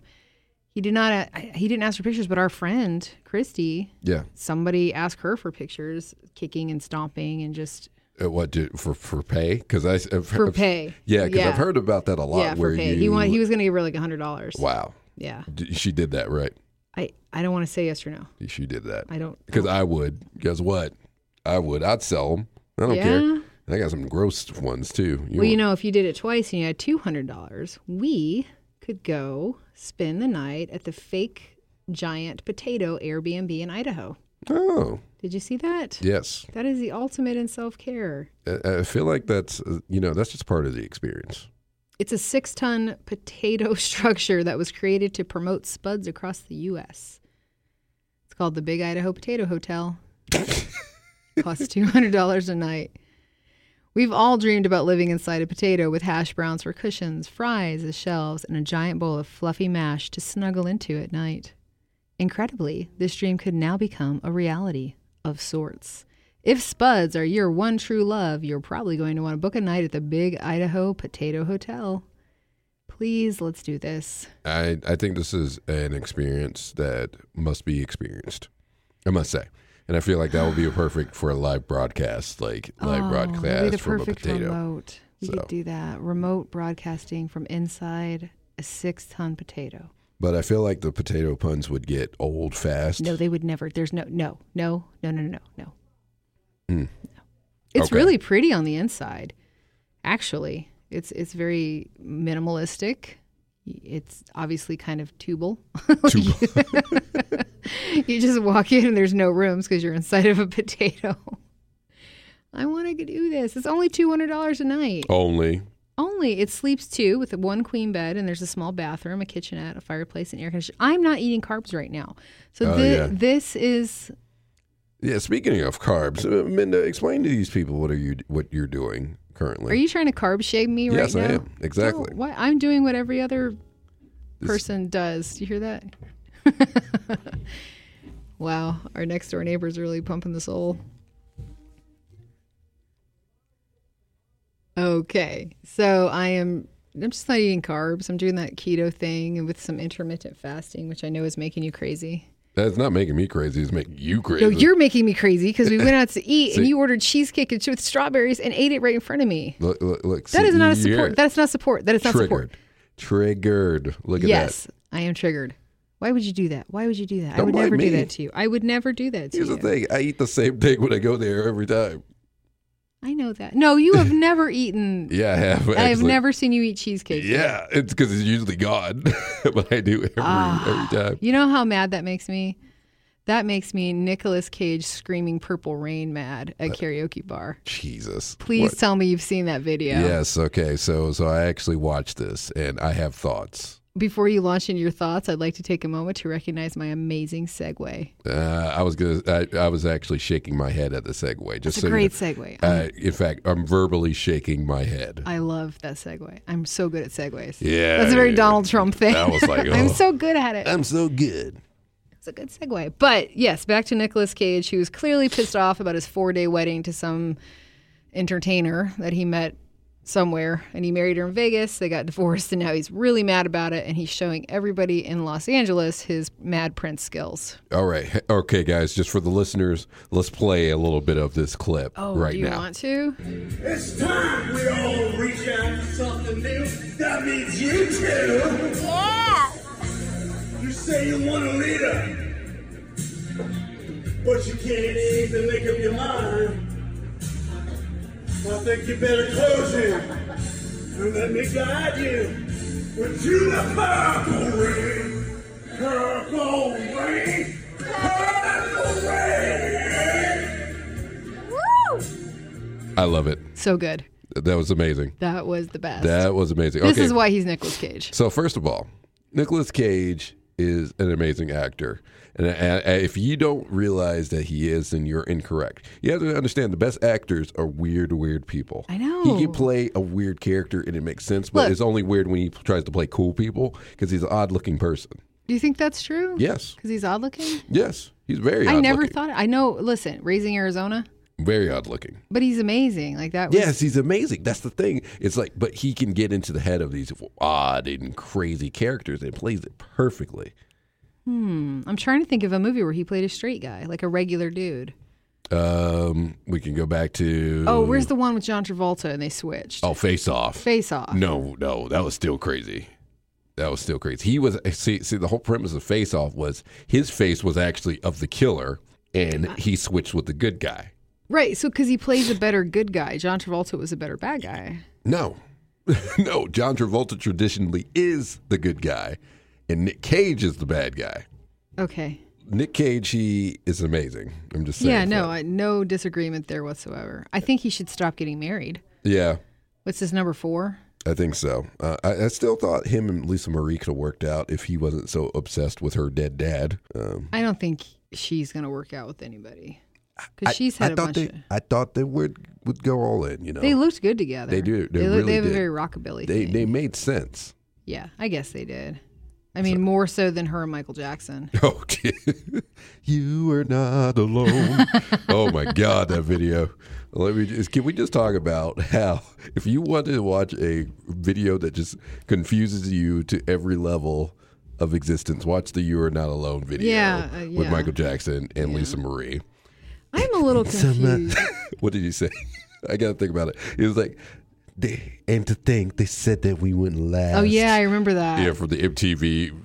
B: He did not. I- He didn't ask for pictures, but our friend Christy,
A: Yeah.
B: somebody asked her for pictures, kicking and stomping, and just
A: Uh, what did for for pay? Because I have
B: for pay.
A: Yeah, because I've heard about that a lot.
B: Yeah,
A: where
B: for pay.
A: you
B: He wanted. He was going to give her like a hundred dollars.
A: wow,
B: Yeah.
A: D- she did that right?
B: I, I don't want to say yes or no.
A: She did that
B: I don't.
A: because I would. Guess what? I would. I'd sell them. I don't
B: yeah.
A: care. I got some gross ones too.
B: Well, you know, if you did it twice and you had two hundred dollars, we could go spend the night at the fake giant potato Airbnb in Idaho.
A: Oh,
B: Did you see that?
A: yes.
B: That is the ultimate in self care.
A: I, I feel like that's, uh, you know, that's just part of the experience.
B: It's a six ton potato structure that was created to promote spuds across the U.S. It's called the Big Idaho Potato Hotel. Costs $200 a night. We've all dreamed about living inside a potato with hash browns for cushions, fries as shelves, and a giant bowl of fluffy mash to snuggle into at night. Incredibly, this dream could now become a reality of sorts. If spuds are your one true love, you're probably going to want to book a night at the Big Idaho Potato Hotel. Please, let's do this.
A: I, I think this is an experience that must be experienced, I must say. And I feel like that would be a perfect for a live broadcast, like live
B: Oh, It'd be
A: broadcast
B: the
A: from a
B: perfect
A: potato.
B: remote. We could
A: So.
B: do that. Remote broadcasting from inside a six-ton potato.
A: But I feel like the potato puns would get old fast.
B: No, they would never. There's no, no, no, no, no, no, no.
A: Mm.
B: No. It's
A: Okay.
B: really pretty on the inside. Actually, it's it's very minimalistic. It's obviously kind of tubal. you just walk in and there's no rooms because you're inside of a potato. I want to do this. It's only two hundred dollars a night.
A: Only.
B: Only it sleeps two with one queen bed, and there's a small bathroom, a kitchenette, a fireplace, and air conditioning. I'm not eating carbs right now, so
A: Oh,
B: thi-
A: yeah.
B: this is
A: Yeah. Speaking of carbs, uh, Minda, explain to these people what are you what you're doing currently.
B: Are you trying to carb shame me
A: yes,
B: right
A: I
B: now?
A: am exactly.
B: No, what? I'm doing what every other
A: This-
B: person does. You hear that? wow, our next door neighbor's really pumping the soul. Okay, so I am. I'm just not eating carbs. I'm doing that keto thing and with some intermittent fasting, which I know is making you crazy.
A: That's not making me crazy. It's making you crazy.
B: No, you're making me crazy because we went out to eat and
A: See-
B: you ordered cheesecake and with strawberries and ate it right in front of me.
A: look, look, look,
B: That
A: see,
B: is not a
A: you're
B: support. That is not support. That is not support.
A: Triggered. Triggered. Look at that.
B: Yes, I am triggered. Why would you do that? Why would you do that? I
A: Don't
B: would
A: blame
B: never do
A: me.
B: that to you. I would never do that to
A: Here's
B: you.
A: the thing. I eat the same thing when I go there every time.
B: I know that. No, you have never eaten.
A: Yeah, I have.
B: I have
A: actually.
B: never seen you eat cheesecake.
A: Yeah, it's because it's usually gone, but I do every
B: Ah.
A: every time.
B: You know how mad that makes me? That makes me Nicolas Cage screaming "Purple Rain" mad at karaoke bar.
A: Jesus.
B: Please
A: What?
B: tell me you've seen that video
A: Yes. Okay. So so I actually watched this, and I have thoughts.
B: before you launch into your thoughts. I'd like to take a moment to recognize my amazing segue.
A: Uh, I was gonna. I, I was actually shaking my head at the segue. Just
B: It's
A: so
B: a
A: you
B: great
A: know.
B: segue.
A: Uh, in fact, I'm verbally shaking my head.
B: I love that segue. I'm so good at segues.
A: Yeah,
B: that's a very
A: yeah.
B: Donald Trump thing.
A: I was like,
B: I'm
A: oh.
B: so good at it.
A: I'm so good.
B: It's a good segue. But yes, back to Nicolas Cage, who was clearly pissed off about his four day wedding to some entertainer that he met somewhere and he married her in Vegas. They got divorced and now he's really mad about it and he's showing everybody in Los Angeles his mad prince skills.
A: All right. Okay, guys. Just for the listeners, let's play a little bit of this clip right
B: Oh, do you
A: now.
B: want to?
C: It's time we all reach out for something new. That means you too.
D: Yeah.
C: You say you want to lead up, but you can't even make up your mind. I think you better close it and let me guide you. Would you the purple rain? Purple rain? Purple rain?
D: Woo!
A: I love it.
B: So good.
A: That was amazing.
B: That was the best.
A: That was amazing.
B: this
A: okay.
B: is why he's Nicolas Cage.
A: So first of all, Nicolas Cage is an amazing actor, and uh, uh, if you don't realize that he is, then you're incorrect. You have to understand the best actors are weird, weird people.
B: I know.
A: he can play a weird character, and it makes sense, but
B: Look.
A: it's only weird when he tries to play cool people because he's an odd-looking person.
B: Do you think that's true?
A: Yes,
B: Because he's odd looking?
A: yes, he's very.
B: I
A: odd
B: never
A: looking.
B: thought I know, listen, raising Arizona,
A: very odd-looking.
B: but he's amazing. Like that was
A: Yes, he's amazing. That's the thing. It's like, but he can get into the head of these odd and crazy characters and plays it perfectly.
B: I'm trying to think of a movie where he played a straight guy, like a regular dude.
A: Um, we can go back to
B: Oh, where's the one with John Travolta and they switched?
A: Oh, face off.
B: Face Off.
A: No, no, that was still crazy. That was still crazy. He was see see the whole premise of face off was his face was actually of the killer and he switched with the good guy.
B: Right, so because he plays a better good guy. John Travolta was a better bad guy.
A: No. no, John Travolta traditionally is the good guy and Nick Cage is the bad guy.
B: Okay.
A: Nick Cage he is amazing. I'm just saying.
B: yeah, no, I, no disagreement there whatsoever. I think he should stop getting married.
A: Yeah.
B: What's his number four?
A: I think so. Uh, I, I still thought him and Lisa Marie could have worked out if he wasn't so obsessed with her dead dad. Um,
B: I don't think she's going to work out with anybody
A: I-
B: because she's
A: I
B: had a
A: thought
B: bunch
A: they,
B: of.
A: I thought they would would go all in. You know,
B: They looked good together.
A: They do. They
B: They, look,
A: really
B: they have
A: did.
B: a very rockabilly
A: they
B: thing.
A: they made sense.
B: yeah, I guess they did. I mean, more so than her and Michael Jackson.
A: Oh, you are not alone. oh my God, that video. Let me just, can we just talk about how if you want to watch a video that just confuses you to every level of existence, watch the "You Are Not Alone" video
B: Yeah, uh,
A: with
B: yeah.
A: Michael Jackson and Lisa Marie.
B: I'm a little
A: uh,
B: confused.
A: what did you say? I gotta think about it. It was like, they, and to think they said that we wouldn't last.
B: Oh yeah, I remember that.
A: yeah, from the MTV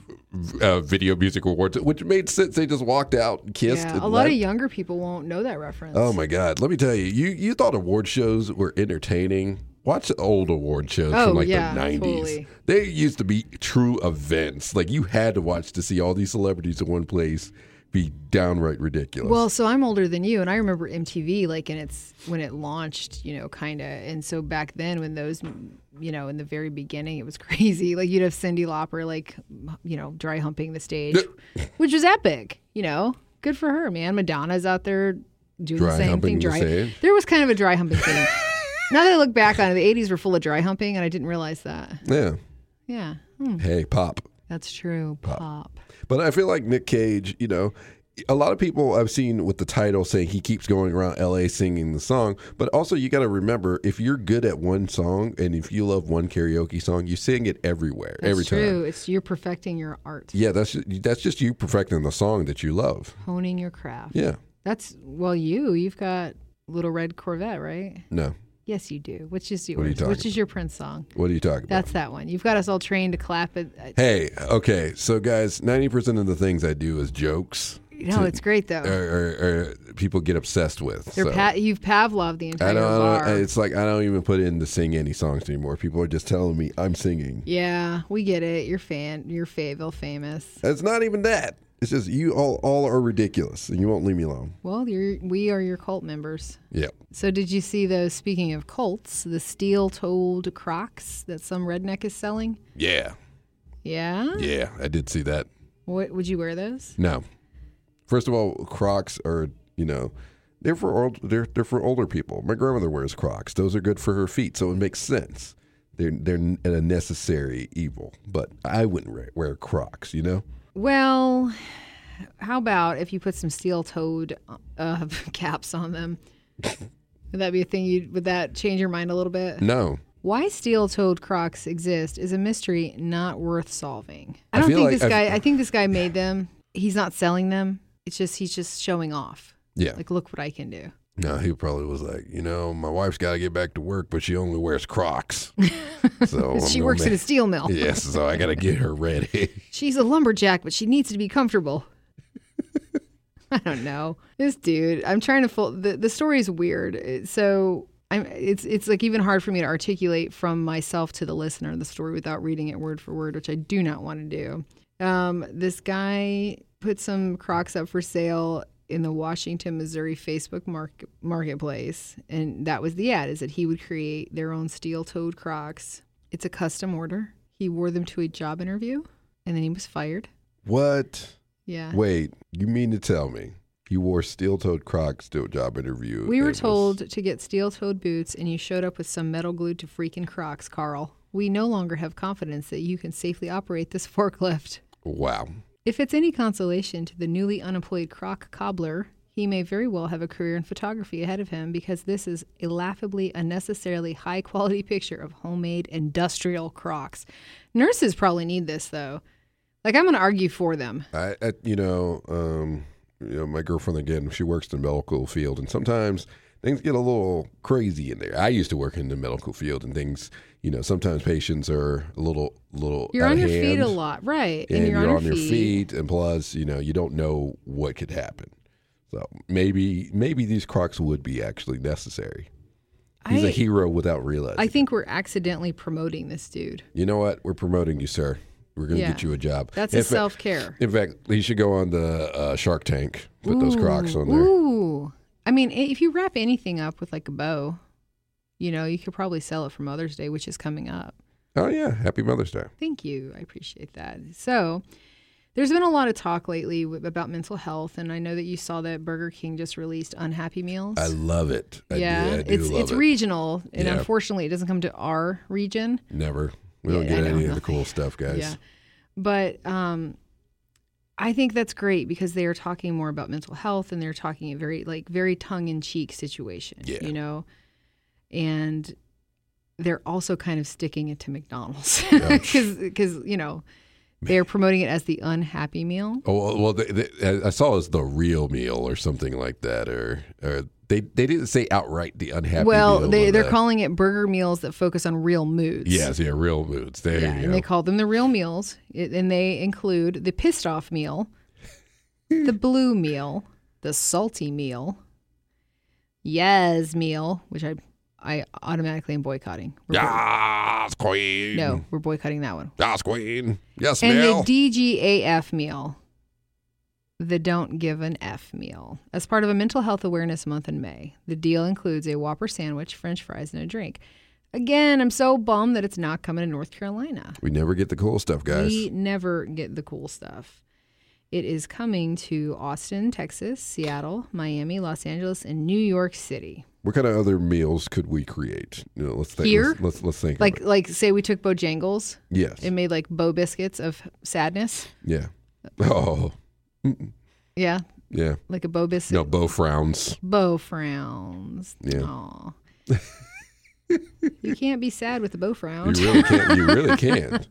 A: uh, Video Music Awards, which made sense. They just walked out and kissed.
B: Yeah,
A: and
B: a lot of
A: left.
B: younger people won't know that reference.
A: Oh my God! Let me tell you, you you thought award shows were entertaining. Watch old award shows
B: Oh,
A: from like
B: yeah,
A: the '90s.
B: totally.
A: They used to be true events. Like you had to watch to see all these celebrities in one place be downright ridiculous.
B: Well, so I'm older than you, and I remember MTV like in its when it launched, you know, kind of. And so back then, when those, you know, in the very beginning, it was crazy. Like you'd have Cindy Lauper, like, you know, dry humping the stage, which was epic. You know, good for her, man. Madonna's out there doing
A: Dry
B: the same
A: humping
B: thing.
A: the
B: Dry.
A: stage?
B: There was kind of a dry humping thing. now that I look back on it, the '80s were full of dry humping, and I didn't realize that.
A: yeah.
B: Yeah, Hmm,
A: Hey, pop.
B: that's true. Pop.
A: But I feel like Nick Cage, you know, a lot of people I've seen with the title saying he keeps going around LA singing the song, but also you got to remember if you're good at one song and if you love one karaoke song, you sing it everywhere,
B: That's
A: every time.
B: true. It's you're perfecting your art,
A: Yeah, that's that's just you perfecting the song that you love.
B: honing your craft.
A: Yeah.
B: That's well, you you've got Little Red Corvette, right?
A: No.
B: Yes, you do. Which is
A: are you
B: yours?
A: talking
B: Which is your Prince song?
A: What are you talking about?
B: That's that one. You've got us all trained to clap. At, uh,
A: Hey, okay. So guys, 90% of the things I do is jokes
B: no, it's great though.
A: or, or, or people get obsessed with.
B: You're
A: uh, so.
B: pa- you've Pavlov the entire
A: I don't, I
B: bar.
A: don't- It's like I don't even put in to sing any songs anymore. People are just telling me I'm singing.
B: yeah, we get it. You're fan. You're Fayetteville famous.
A: It's not even that. It's just you all all are ridiculous, and you won't leave me alone.
B: Well, you're we are your cult members.
A: Yeah.
B: So did you see those? Speaking of cults, the steel-toed Crocs that some redneck is selling.
A: Yeah.
B: Yeah.
A: Yeah. I did see that.
B: What would you wear those?
A: No. First of all, Crocs are you know they're for old they're they're for older people. My grandmother wears Crocs. Those are good for her feet, so it makes sense. They're they're n- a necessary evil, but I wouldn't wear, wear Crocs. You know.
B: Well, how about if you put some steel-toed uh, caps on them? Would that be a thing? You would that change your mind a little bit?
A: No.
B: Why steel-toed Crocs exist is a mystery not worth solving. I
A: I
B: don't
A: feel
B: think
A: like
B: this
A: I've-
B: guy. I think this guy made them. He's not selling them. It's just he's just showing off.
A: Yeah.
B: Like, look what I can do.
A: No, he probably was like, you know, my wife's got to get back to work, but she only wears Crocs. So I'm
B: she
A: gonna
B: works at a
A: make-
B: steel mill.
A: Yes, so I got to get her ready.
B: She's a lumberjack, but she needs to be comfortable. I don't know. This dude, I'm trying to full the, the story is weird. It- So I'm it's it's like even hard for me to articulate from myself to the listener the story without reading it word for word, which I do not want to do. Um, this guy put some Crocs up for sale in the Washington, Missouri Facebook market, marketplace, and that was the ad: is that he would create their own steel-toed Crocs. It's a custom order. He wore them to a job interview, and then he was fired.
A: What?
B: Yeah.
A: Wait, you mean to tell me you wore steel toed Crocs to a job interview?
B: We were
A: and was-
B: told to get steel toed boots, and you showed up with some metal glued to freaking Crocs, Carl. We no longer have confidence that you can safely operate this forklift.
A: Wow.
B: If it's any consolation to the newly unemployed Croc cobbler, he may very well have a career in photography ahead of him because this is a laughably unnecessarily high quality picture of homemade industrial Crocs. Nurses probably need this, though. Like, I'm going to argue for them.
A: I, I you know, um, you know, my girlfriend again, she works in the medical field, and sometimes things get a little crazy in there. I used to work in the medical field, and things, you know, sometimes patients are a little, little.
B: You're
A: out
B: on
A: of
B: your feet a
A: hand.
B: lot, right?
A: and, you're, on, your feet. and plus you know you don't know what could happen so maybe maybe these crocs would be actually necessary he's a
B: I-
A: hero without realizing
B: I think we're accidentally promoting this dude.
A: you know what we're promoting you sir we're gonna
B: Yeah.
A: get you a job
B: That's
A: in
B: his
A: fact-
B: self care.
A: in fact he should go on the uh, shark tank put those crocs on there
B: Ooh. I mean, i- if you wrap anything up with like a bow, you know, you could probably sell it for Mother's Day, which is coming up.
A: oh yeah happy mother's day
B: Thank you. I appreciate that. So, there's been a lot of talk lately w- about mental health, and I know that you saw that Burger King just released Unhappy Meals.
A: i love it I
B: yeah,
A: do, I do
B: it's
A: love
B: it's
A: it.
B: regional, and
A: Yeah.
B: unfortunately, it doesn't come to our region.
A: never we don't
B: Yeah,
A: get
B: I know,
A: any of the
B: nothing.
A: cool stuff guys
B: Yeah. But um I think that's great because they are talking more about mental health and they're talking a very like very tongue in cheek situation,
A: Yeah.
B: you know. And they're also kind of sticking it to McDonald's cuz you know they're promoting it as the unhappy meal.
A: Oh well, well they, they, I saw it as the real meal or something like that, or or they they didn't say outright the unhappy.
B: well,
A: meal
B: they
A: or
B: they're
A: the-
B: calling it burger meals that focus on real moods.
A: yes, yeah, real moods. There
B: Yeah,
A: you
B: and
A: go.
B: they call them the real meals, It- and they include the pissed off meal, the blue meal, the salty meal, yes meal, which I I automatically am boycotting. We're boy-
A: yes, queen.
B: no, we're boycotting that one.
A: Yes, queen. Yes,
B: And
A: meal.
B: the DGAF meal, the Don't Give an F meal. As part of a mental health awareness month in May, the deal includes a Whopper sandwich, french fries, and a drink. Again, I'm so bummed that it's not coming to North Carolina.
A: We never get the cool stuff, guys.
B: We never get the cool stuff. It is coming to Austin, Texas, Seattle, Miami, Los Angeles, and New York City.
A: what kind of other meals could we create? You know, let's think.
B: Here?
A: Let's, let's, let's think.
B: Like,
A: of it.
B: like say we took Bojangles
A: yes,
B: and made like bow biscuits of sadness.
A: yeah. Oh,
B: Yeah,
A: yeah.
B: like a bow biscuit.
A: No, Bo frowns.
B: Bow frowns.
A: Yeah.
B: Aw. you can't be sad with a bow frown.
A: You really can't. You really can't.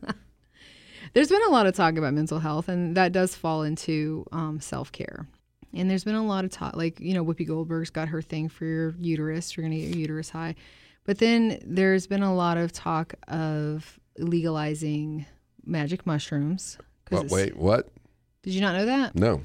B: There's been a lot of talk about mental health, and that does fall into um, self care. And there's been a lot of talk, like, you know, Whoopi Goldberg's got her thing for your uterus. You're going to get your uterus high. But then there's been a lot of talk of legalizing magic mushrooms. 'cause
A: What,
B: it's-
A: wait, what?
B: Did you not know that?
A: No.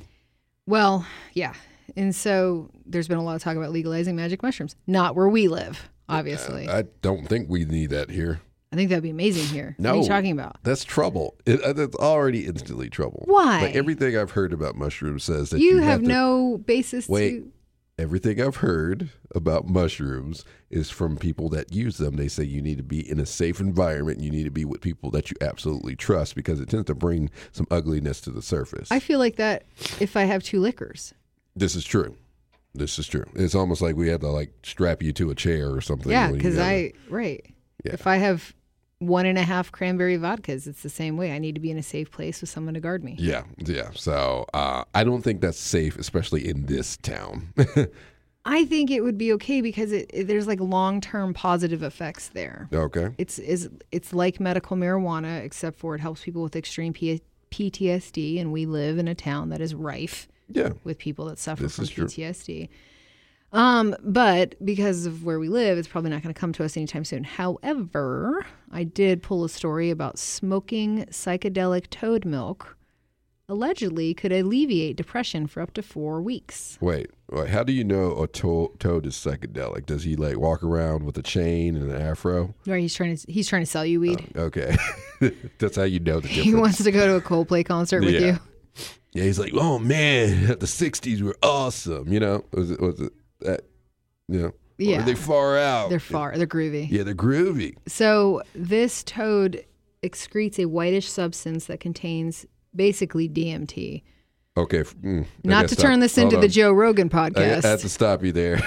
B: Well, yeah. And so there's been a lot of talk about legalizing magic mushrooms. Not where we live, obviously.
A: I don't think we need that here.
B: I think that'd be amazing here. What are
A: No.
B: you talking about?
A: That's trouble. It, uh, that's already instantly trouble.
B: Why?
A: Like everything I've heard about mushrooms says that
B: You,
A: you,
B: have,
A: to-
B: no basis
A: Wait.
B: to.
A: Everything I've heard about mushrooms is from people that use them. They say you need to be in a safe environment. You need to be with people that you absolutely trust because it tends to bring some ugliness to the surface.
B: I feel like that if I have two liquors.
A: this is true. This is true. It's almost like we had to like strap you to a chair or something.
B: Yeah,
A: when you
B: because
A: got it.
B: I, right.
A: Yeah.
B: If I have one and a half cranberry vodkas, it's the same way. I need to be in a safe place with someone to guard me.
A: Yeah, yeah. So uh, I don't think that's safe, especially in this town.
B: I think it would be okay because it, it- there's like long term positive effects there.
A: okay.
B: It's is it's like medical marijuana, except for it helps people with extreme P- PTSD, and we live in a town that is rife
A: Yeah.
B: with people that suffer
A: This
B: from
A: is true.
B: PTSD. Um, but because of where we live, it's probably not going to come to us anytime soon. However, I did pull a story about smoking psychedelic toad milk allegedly could alleviate depression for up to four weeks.
A: Wait, wait. How do you know a to- toad is psychedelic? Does he like walk around with a chain and an afro?
B: Right? He's trying to he's trying to sell you weed.
A: Oh, Okay, that's how you know the difference.
B: he wants to go to a Coldplay concert with
A: Yeah. Oh,
B: you.
A: yeah, he's like, oh man, the '60s were awesome. You know, was it was it that? You know,
B: Yeah.
A: Or they far out.
B: They're far. They're groovy.
A: yeah, they're groovy.
B: So this toad excretes a whitish substance that contains basically DMT.
A: Okay, f- mm, I
B: Not
A: gotta
B: to
A: stop.
B: turn this
A: Hold
B: into the
A: on. Uh,
B: Joe Rogan
A: I,
B: podcast.
A: I have to stop you there.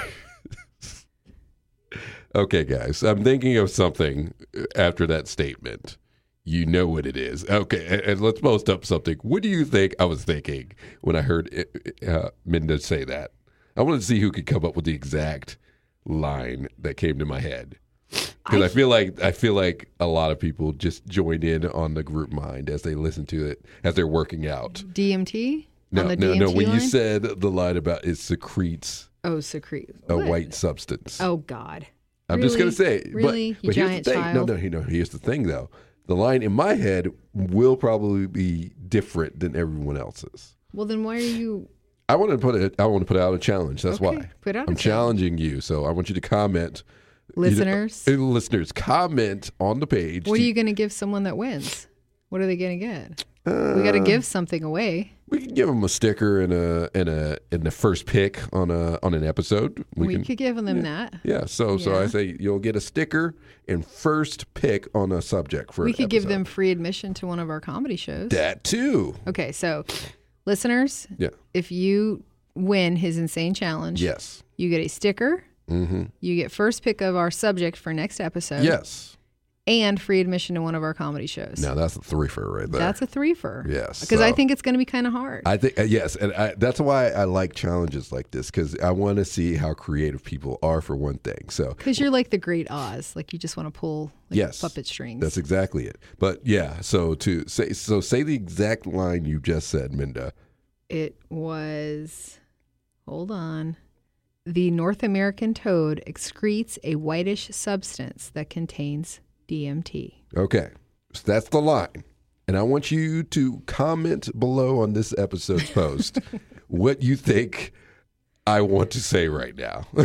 A: okay, guys, I'm thinking of something uh, after that statement. You know what it is. Okay, and, and let's post up something. What do you think I was thinking when I heard uh, uh, Minda say that? I wanted to see who could come up with the exact line that came to my head. Because I, feel like I feel like a lot of people just join in on the group mind as they listen to it as they're working out.
B: DMT?
A: No,
B: on the
A: no,
B: DMT
A: no. When
B: line?
A: you said the line about it secretes
B: oh, secrete.
A: a
B: What?
A: white substance.
B: Oh, God.
A: I'm just gonna say,
B: Really?
A: but-
B: Really? You
A: but, here's
B: giant
A: the thing.
B: child.
A: No, no, you know, here's the thing though. The line in my head will probably be different than everyone else's.
B: Well, then why are you.
A: I want to put it. I want to put out a challenge. That's
B: Okay,
A: why
B: put out a
A: I'm challenging you. So I want you to comment, You know-
B: Listeners?
A: uh, listeners, comment on the page.
B: What are
A: Do-
B: you going to give someone that wins? What are they going to get? we
A: Uh,
B: got to give something away.
A: we can give them a sticker and a and a and the first pick on a on an episode.
B: We, could give them that.
A: Yeah. So so
B: Yeah.
A: I say you'll get a sticker and first pick on a subject for.
B: We
A: an
B: could give
A: episode.
B: them free admission to one of our comedy shows.
A: that too.
B: Okay, so listeners,
A: Yeah.
B: if you win his insane challenge,
A: Yes.
B: you get a sticker. Mm-hmm. You get first pick of our subject for next episode.
A: Yes.
B: And free admission to one of our comedy shows.
A: Now that's a threefer right there.
B: That's a threefer.
A: Yes,
B: Because I
A: so-
B: think it's going to be kind of hard.
A: I think uh, yes, and I, that's why I like challenges like this because I want to see how creative people are for one thing. So
B: Because you're like the great Oz. Like you just want to pull like,
A: Yes.
B: puppet strings.
A: that's exactly it. But yeah, so to say, so say the exact line you just said, Minda.
B: it was, hold on. The North American toad excretes a whitish substance that contains DMT.
A: Okay, so that's the line, and I want you to comment below on this episode's post what you think I want to say right now.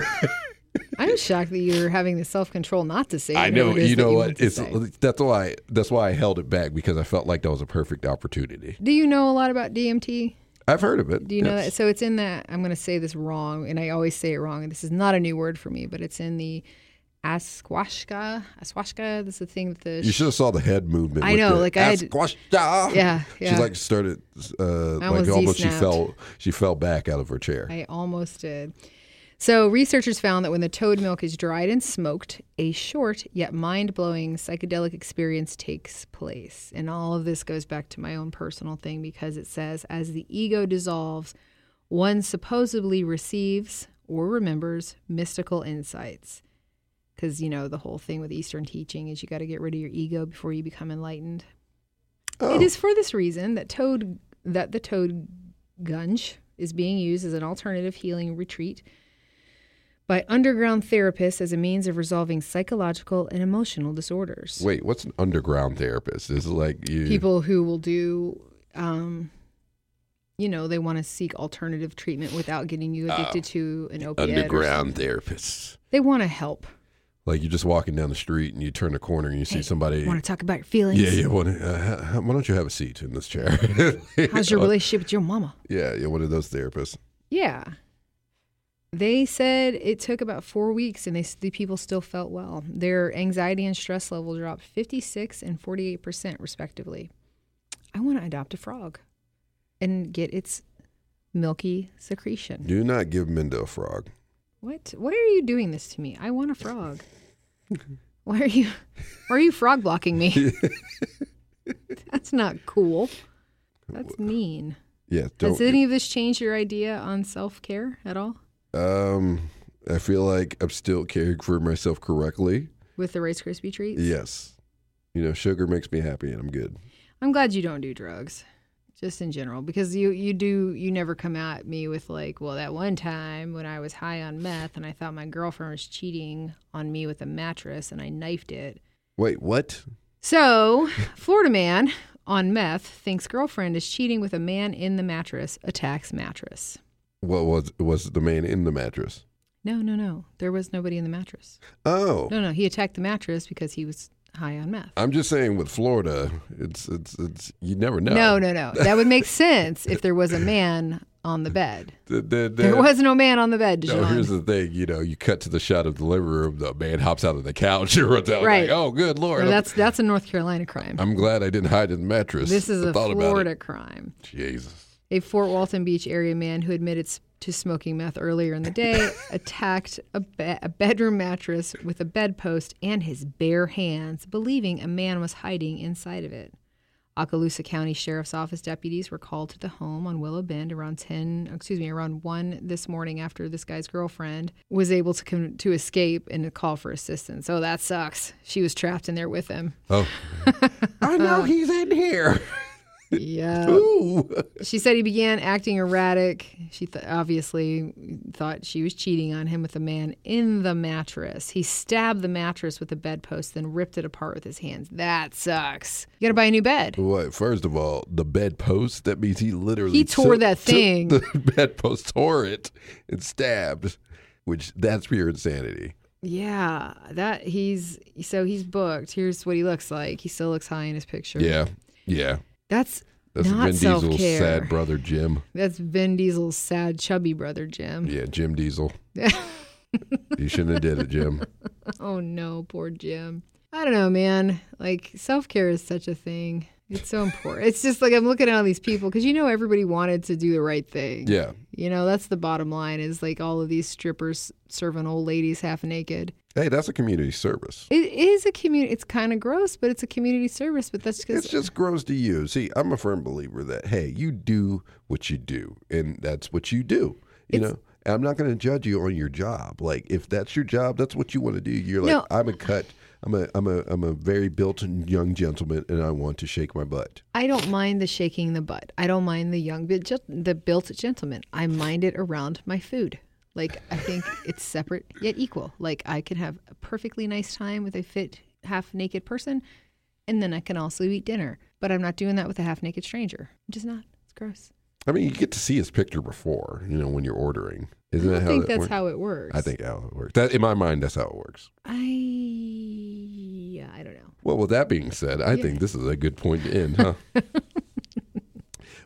B: I'm shocked that you're having the self control not to say.
A: I
B: whatever
A: know
B: it is
A: you
B: that
A: know
B: want
A: what
B: to
A: it's
B: say.
A: that's why that's why I held it back because I felt like that was a perfect opportunity.
B: Do you know a lot about DMT?
A: I've heard of it.
B: Do you know
A: yes.
B: that? So it's in the, I'm going to say this wrong, and I always say it wrong. and This is not a new word for me, but it's in the Asquashka. Asquashka, this is the thing that the.
A: You should have saw the head movement.
B: I
A: with
B: know,
A: the
B: like I had-
A: "Asquasha!"
B: Yeah, yeah.
A: She like started, uh, like
B: almost
A: almost she
B: Z-snapped.
A: fell, she fell back out of her chair.
B: I almost did. So, researchers found that when the toad milk is dried and smoked, a short yet mind blowing psychedelic experience takes place. And all of this goes back to my own personal thing because it says as the ego dissolves, one supposedly receives or remembers mystical insights. Because, you know, the whole thing with Eastern teaching is you got to get rid of your ego before you become enlightened.
A: Oh.
B: It is for this reason that toad that the toad gunge is being used as an alternative healing retreat by underground therapists as a means of resolving psychological and emotional disorders.
A: Wait, what's an underground therapist? Is it like you?
B: People who will do um you know, they want to seek alternative treatment without getting you addicted to an opiate. or
A: Ah. underground therapists.
B: something. They want to help.
A: Like you're just walking down the street and you turn a corner and you see somebody.
B: Want to talk about your feelings?
A: Yeah, yeah. Why don't, uh, h- why don't you have a seat in this chair?
B: How's
A: Oh.
B: your relationship with your mama?
A: yeah, yeah. One of those therapists.
B: Yeah. They said it took about four weeks and they, s- the people still felt well. Their anxiety and stress level dropped 56 and 48%, respectively. I want to adopt a frog and get its milky secretion.
A: Do not give Minda a frog.
B: What? Why are you doing this to me? I want a frog. Why are you? Why are you frog blocking me? That's not cool. That's mean.
A: Yeah,
B: Has
A: don't.
B: any of this changed your idea on self care at all?
A: um, I feel like I'm still caring for myself correctly.
B: with the Rice Krispie treats.
A: Yes. You know, sugar makes me happy and I'm good.
B: I'm glad you don't do drugs, just in general, because you you do you never come at me with like, well, that one time when I was high on meth and I thought my girlfriend was cheating on me with a mattress and I knifed it.
A: Wait, what?
B: So, Florida man on meth thinks girlfriend is cheating with a man in the mattress, attacks mattress.
A: What was was the man in the mattress?
B: No, no, no. There was nobody in the mattress.
A: Oh.
B: No, no. He attacked the mattress because he was high on meth.
A: I'm just saying with Florida, it's it's it's you never know.
B: No, no, no. That would make sense if there was a man on the bed.
A: The- the- the-
B: There was no man on the bed,
A: no,
B: Sean.
A: here's the thing, you know, you cut to the shot of the living room, the man hops out of the couch and runs out
B: Right.
A: like, Oh good lord.
B: No, that's that's a North Carolina crime.
A: I'm glad I didn't hide in the mattress.
B: this is
A: I
B: a
A: thought about it.
B: Florida crime.
A: Jesus.
B: A Fort Walton Beach area man who admitted s- to smoking meth earlier in the day attacked a, be- a bedroom mattress with a bedpost and his bare hands, believing a man was hiding inside of it. Okaloosa County Sheriff's Office deputies were called to the home on Willow Bend around 10, excuse me, around 1 this morning after this guy's girlfriend was able to con- to escape and to call for assistance. Oh, that sucks. She was trapped in there with him.
A: Oh I know he's in here.
B: Yeah.
A: Ooh.
B: She said he began acting erratic. She th- obviously thought she was cheating on him with a man in the mattress. He stabbed the mattress with a bedpost, then ripped it apart with his hands. That sucks. You gotta buy a new bed.
A: What? First of all, the bedpost. That means he literally
B: He tore
A: took-
B: that
A: took
B: thing.
A: the bedpost tore it and stabbed, which that's pure insanity.
B: Yeah, that he's so he's booked. Here's what he looks like. He still looks high in his picture.
A: Yeah, yeah.
B: that's
A: That's
B: Mm. not
A: Vin
B: self
A: Diesel's sad
B: care.
A: brother Jim.
B: That's Vin Diesel's sad, chubby brother Jim.
A: Yeah, Jim Diesel. you shouldn't have did it, Jim.
B: Oh no, poor Jim. I don't know, man. Like self care is such a thing. It's so important. it's just like I'm looking at all these people because you know everybody wanted to do the right thing.
A: Yeah.
B: You know that's the bottom line is like all of these strippers serving old ladies half naked.
A: Hey, that's a community service.
B: It is a community. It's kind of gross, but it's a community service. But that's
A: It's
B: because
A: just gross to you. See, I'm a firm believer that hey, you do what you do, and that's what you do. You know, And I'm not going to judge you on your job. Like if that's your job, that's what you want to do. You're like,
B: No.
A: I'm a cut. I'm a I'm a I'm a very built young gentleman, and I want to shake my butt.
B: I don't mind the shaking the butt. I don't mind the young bit gen- the built gentleman. I mind it around my food. Like I think it's separate yet equal. Like I can have a perfectly nice time with a fit half naked person and then I can also eat dinner. But I'm not doing that with a half naked stranger. I'm just not. It's gross.
A: I mean, you get to see his picture before, you know, when you're ordering. Isn't
B: I
A: that
B: don't
A: how
B: think
A: that
B: that's
A: works?
B: how it works.
A: I think how it works. That in my mind, that's how it works.
B: I yeah, I don't know.
A: Well, with that being said, I think this is a good point to end, huh?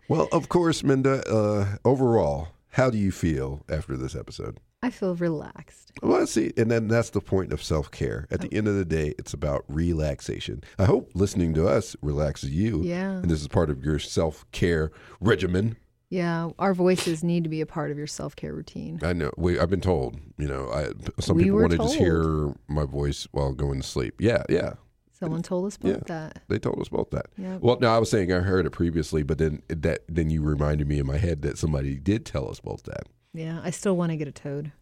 A: Well, of course, Minda. Uh, overall, how do you feel after this episode?
B: I feel relaxed.
A: Well, see, and then that's the point of self care. At the end of the day, it's about relaxation. I hope listening to us relaxes you.
B: Yeah.
A: And this is part of your self care regimen.
B: Yeah, our voices need to be a part of your self care routine.
A: I know. We, I've been told. You know, I some
B: We
A: people
B: were
A: want to just
B: told.
A: hear my voice while going to sleep. Yeah, yeah.
B: Someone told us
A: Yeah.
B: about that.
A: They told us both that.
B: Yep.
A: Well, no, I was saying I heard it previously, but then that then you reminded me in my head that somebody did tell us both that.
B: Yeah, I still want to get a toad.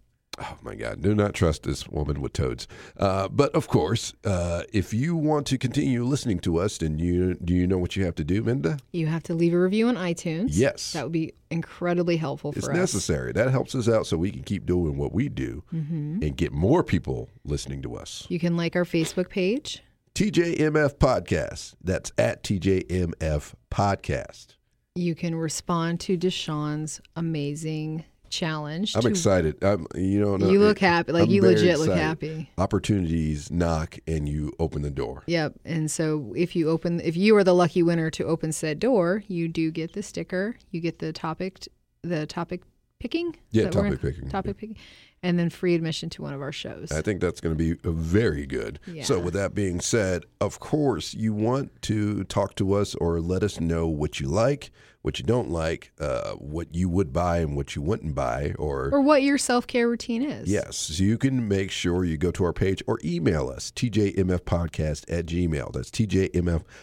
A: Oh my God, do not trust this woman with toads. Uh, but of course, uh, if you want to continue listening to us, then you do you know what you have to do, Minda?
B: You have to leave a review on iTunes.
A: Yes.
B: That would be incredibly helpful for
A: It's
B: us.
A: necessary. That helps us out so we can keep doing what we do
B: Mm-hmm.
A: and get more people listening to us.
B: You can like our Facebook page.
A: TJMF Podcast. That's at TJMF Podcast.
B: You can respond to Deshaun's amazing challenge.
A: I'm
B: to-
A: excited. I'm, you know,
B: You look happy. Like, you
A: very
B: legit look happy.
A: Opportunities knock and you open the door.
B: Yep. And so if you open, if you are the lucky winner to open said door, you do get the sticker. You get the topic, the topic picking. Is
A: Yeah,
B: that what we're-
A: topic picking.
B: Topic picking, and then free admission to one of our shows.
A: I think that's going to be uh, very good. So,
B: Yeah.
A: with that being said, of course, you want to talk to us or let us know what you like, what you don't like, uh, what you would buy and what you wouldn't buy, or
B: or what your self care routine is.
A: Yes. So you can make sure you go to our page or email us, tjmfpodcast at gmail. That's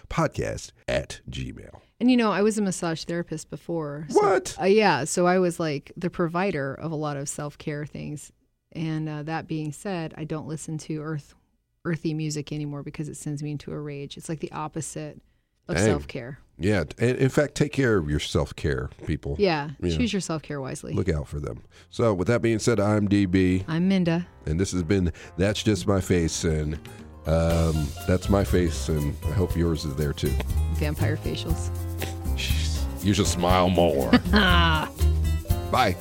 A: tjmfpodcast at gmail.
B: And you know, I was a massage therapist before. so-
A: What?
B: Uh, yeah. So I was like the provider of a lot of self care things. And uh, that being said, I don't listen to earth earthy music anymore because it sends me into a rage. It's like the opposite of
A: Dang.
B: self care.
A: Yeah. And in fact, take care of your self care, people.
B: Yeah, Choose your self care wisely.
A: Look out for them. So, with that being said, I'm DB,
B: I'm Minda.
A: and this has been That's Just My Face, and um, that's my face, and I hope yours is there too.
B: Vampire facials.
A: You should smile more. Bye.